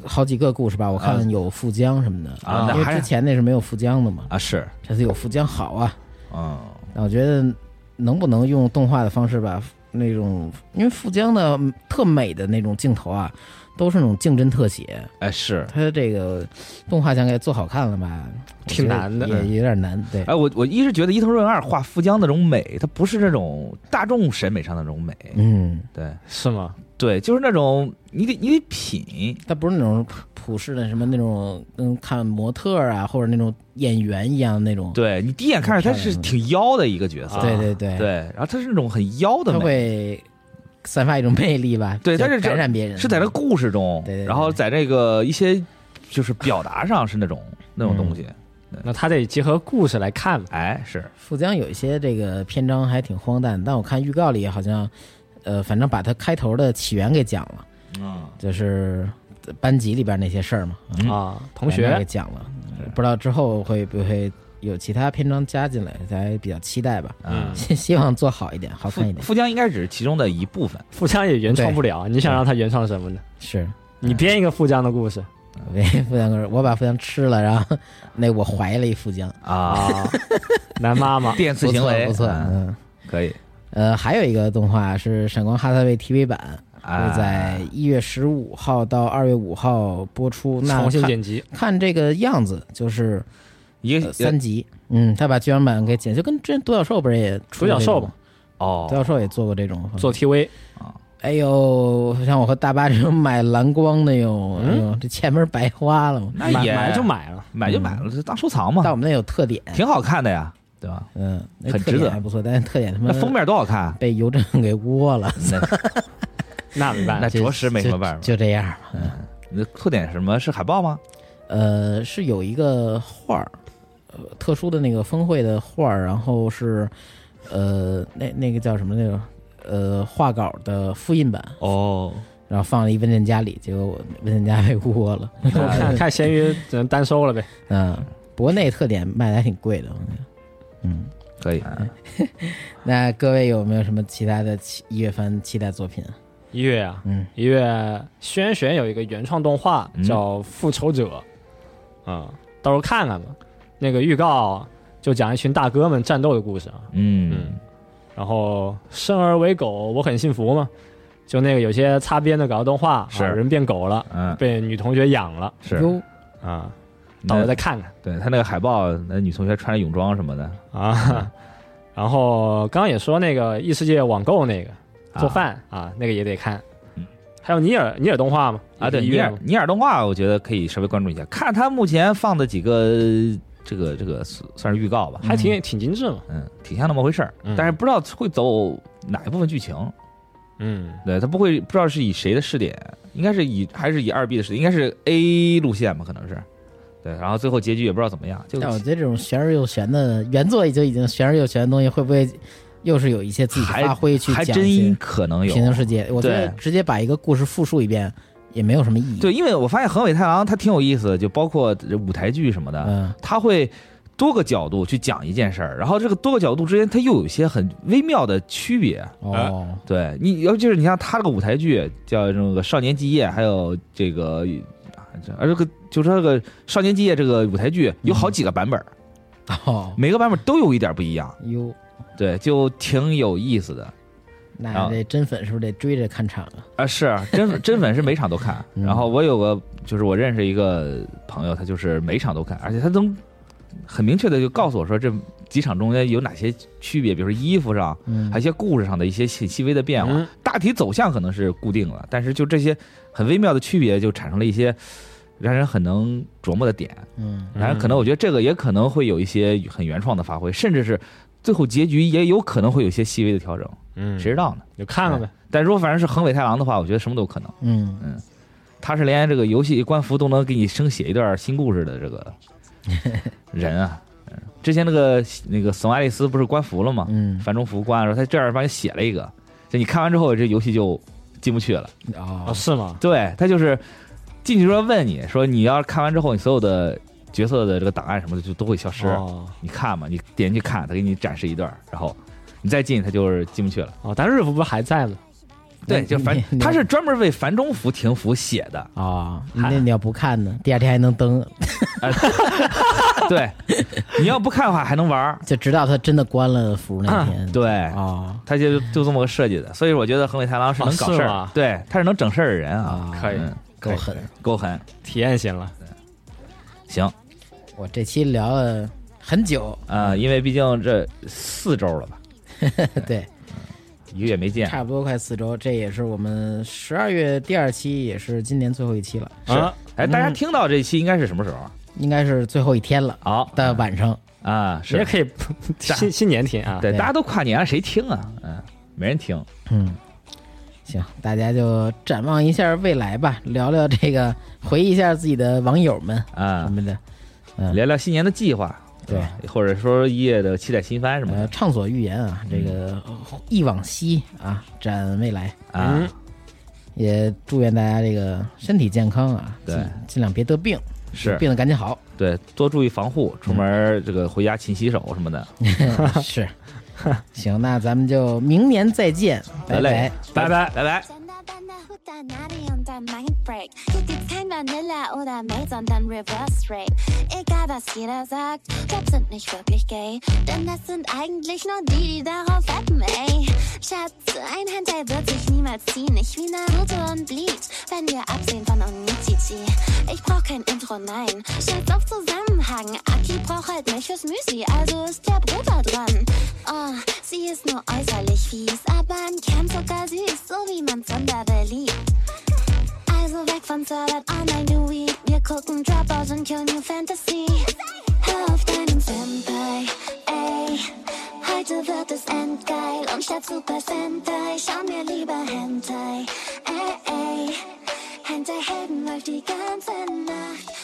好几个故事吧，我啊看有富江什么的啊那因为还之前那是没有富江的嘛，啊，是，这次有富江好啊。嗯，那我觉得能不能用动画的方式把那种，因为富江的特美的那种镜头啊，都是那种竞争特写，哎是，它这个动画想给做好看了吧，挺我觉得难的也有点难。对，哎我我一是觉得伊藤润二画富江那种美，它不是那种大众审美上的那种美，嗯，对是吗？对，就是那种你得你得品，它不是那种普世的什么那种，嗯，看模特儿啊或者那种演员一样的那种，对你第一眼看着他是挺妖的一个角色，对对对，对，然后他是那种很妖它的美，会散发一种魅力吧，对就它是这感染别人，嗯是在这故事中对对，对然后在这个一些就是表达上是那种那种东西，嗯那他得结合故事来看嘛。哎是富江有一些这个篇章还挺荒诞，但我看预告里好像，呃，反正把它开头的起源给讲了，嗯就是班级里边那些事儿嘛，嗯啊，同反正学给，讲了，不知道之后会不会有其他篇章加进来，咱比较期待吧。 嗯，希希望做好一点，好看一富点。富江应该只是其中的一部分，富江也原创不了，你想让他原创什么呢？是，你编一个富江的故事我被富江哥，我把富江吃了，然后那我怀了一富江，啊，啊，男妈妈电不次行错为不错，嗯嗯。可以，呃，还有一个动画是《闪光哈萨维》TV 版，啊会在一月十五号到二月五号播出。那重新看剪辑，看这个样子，就是、一呃个三集。嗯，他把剧场版给剪，就跟之前独角兽不是也出过独角兽这种独角哦，兽也做过这种。做 TV 哎呦，像我和大巴这种买蓝光的哟，嗯哎呦，这前面白花了嘛。那买也买就买了，买就买了，就当收藏嘛但，我们那有特点，挺好看的呀，对吧？嗯，那很特值点得还不错，但是特点他妈那封面多好看，啊被邮政给窝了， 那那没办那法。就着实没什么办法。就这样吧。嗯那特点是什么是海报吗？呃，是有一个画儿，呃，特殊的那个峰会的画儿，然后是，呃，那那个叫什么那个，呃，画稿的复印版，哦，然后放了一文件夹里，结果我文件夹被窝了，看呃看闲鱼只能单收了呗。嗯、不过那个特点卖的还挺贵的，我觉得嗯，可以，那各位有没有什么其他的期一月番期待作品？一月啊，嗯，一月轩轩有一个原创动画嗯叫《复仇者》，啊、到时候看看吧。那个预告就讲一群大哥们战斗的故事啊，嗯然后生而为狗，我很幸福嘛。就那个有些擦边的搞动画，是啊、人变狗了，嗯，被女同学养了是。哟，啊，到那时候再看看对他那个海报，那女同学穿着泳装什么的，啊。 然啊后刚刚也说那个异世界网购那个做饭啊那个也得看嗯，还有尼尔尼尔动画嘛，啊，也是对，一尼月尔嘛尼尔动画，我觉得可以稍微关注一下，看他目前放的几个这个这个算是预告吧，还挺挺精致嘛。嗯，挺像那么回事儿，嗯但是不知道会走哪一部分剧情，嗯对他不会不知道是以谁的视点，应该是以还是以二 B 的视点，应该是 A 路线吧，可能是，对，然后最后结局也不知道怎么样，就但我觉得这种玄而又玄的原作就已经玄而又玄的东西，会不会又是有一些自己的还发挥去还讲一真些可能有平行世界？我觉得对直接把一个故事复述一遍也没有什么意义。，对，因为我发现横尾太郎他挺有意思的，就包括舞台剧什么的，嗯，他会多个角度去讲一件事儿，然后这个多个角度之间，它又有一些很微妙的区别。哦，对你，尤其是你像他这个舞台剧叫这个《少年基业》，还有这个，啊这而这个就是这个《少年基业》这个舞台剧嗯有好几个版本，啊哦，每个版本都有一点不一样，哟，对，就挺有意思的。那这真粉是不是得追着看场啊？啊，是 真真粉是每场都看，嗯然后我有个就是我认识一个朋友，他就是每场都看，而且他能很明确的就告诉我说这几场中间有哪些区别，比如说衣服上，嗯还有一些故事上的一些细细微的变化，嗯大体走向可能是固定了，但是就这些很微妙的区别就产生了一些让人很能琢磨的点，嗯，然后可能我觉得这个也可能会有一些很原创的发挥，甚至是最后结局也有可能会有一些细微的调整，嗯，谁知道呢？你就看看呗。但如果反正是横尾太郎的话，我觉得什么都有可能。嗯，他是连这个游戏官服都能给你生写一段新故事的这个人啊。嗯之前那个那个索马利斯不是官服了吗？嗯樊中服官，然后他这样帮你写了一个，就你看完之后，这游戏就进不去了。哦，啊哦，是吗？对他就是进去之后问你说，你要是看完之后，你所有的角色的这个档案什么的就都会消失。哦，你看嘛，你点进去看，他给你展示一段，然后你再进，他就是进不去了。哦，但日服不是还在吗？对，就樊你你他是专门为樊中服停服写的。啊，那你要不看呢，第二天还能登， 对，你要不看的话还能玩 儿。就直到他真的关了服那天。对，啊他就就这么个设计的，所以我觉得横尾太啊郎是能搞事哦是儿、吗对，他是能整事儿的人啊，啊，可以嗯够狠。够狠。体验型了。行，我这期聊了很久，嗯呃，因为毕竟这四周了吧，对，一个月没见，差不多快四周，这也是我们十二月第二期，也是今年最后一期了，是啊，哎，大家嗯听到这期应该是什么时候？啊应该是最后一天了好的晚上。啊，你也是，可以 新新年听啊。对，对大家都跨年了，谁听啊？嗯，没人听。嗯，行，大家就展望一下未来吧，聊聊这个，回忆一下自己的网友们啊什，么的，嗯聊聊新年的计划，哎对，或者说一夜的期待新番什么呃，的畅所欲言啊，这个嗯忆往昔啊，展未来。啊嗯，，也祝愿大家这个身体健康啊，对尽尽量别得病，是病了赶紧 好。对，多注意防护，出门儿这个回家勤洗手什么的。嗯是，行，那咱们就明年再见，拜得嘞拜。，拜拜。拜拜。 전화받나 후다 날이 온다 mind break 뚜띠 타이면 날라오다 매전단 reverse rape egal was jeder sagt Jobs sind nicht wirklich gay denn das sind eigentlich nur die die darauf wetten ey Schatz ein Hentai wird sich niemals ziehen nicht wie Naruto und Bleach wenn wir absehen von Onichichi ich brauch kein Intro nein Schatz auf Zusammenhang Aki braucht halt Milch fürs Müsli also ist der Bruder dran oh sie ist nur äußerlich fies aber an Kern sogar süß so wie man Sandra liebt also weg von Server online new week. Wir gucken Dropout und Kill New Fantasy. Hör auf deinem Senpai, ey. Heute wird es endgeil und statt Super Sentai schauen wir lieber Hentai, ey, ey. Hentai-Helden läuft die ganze Nacht.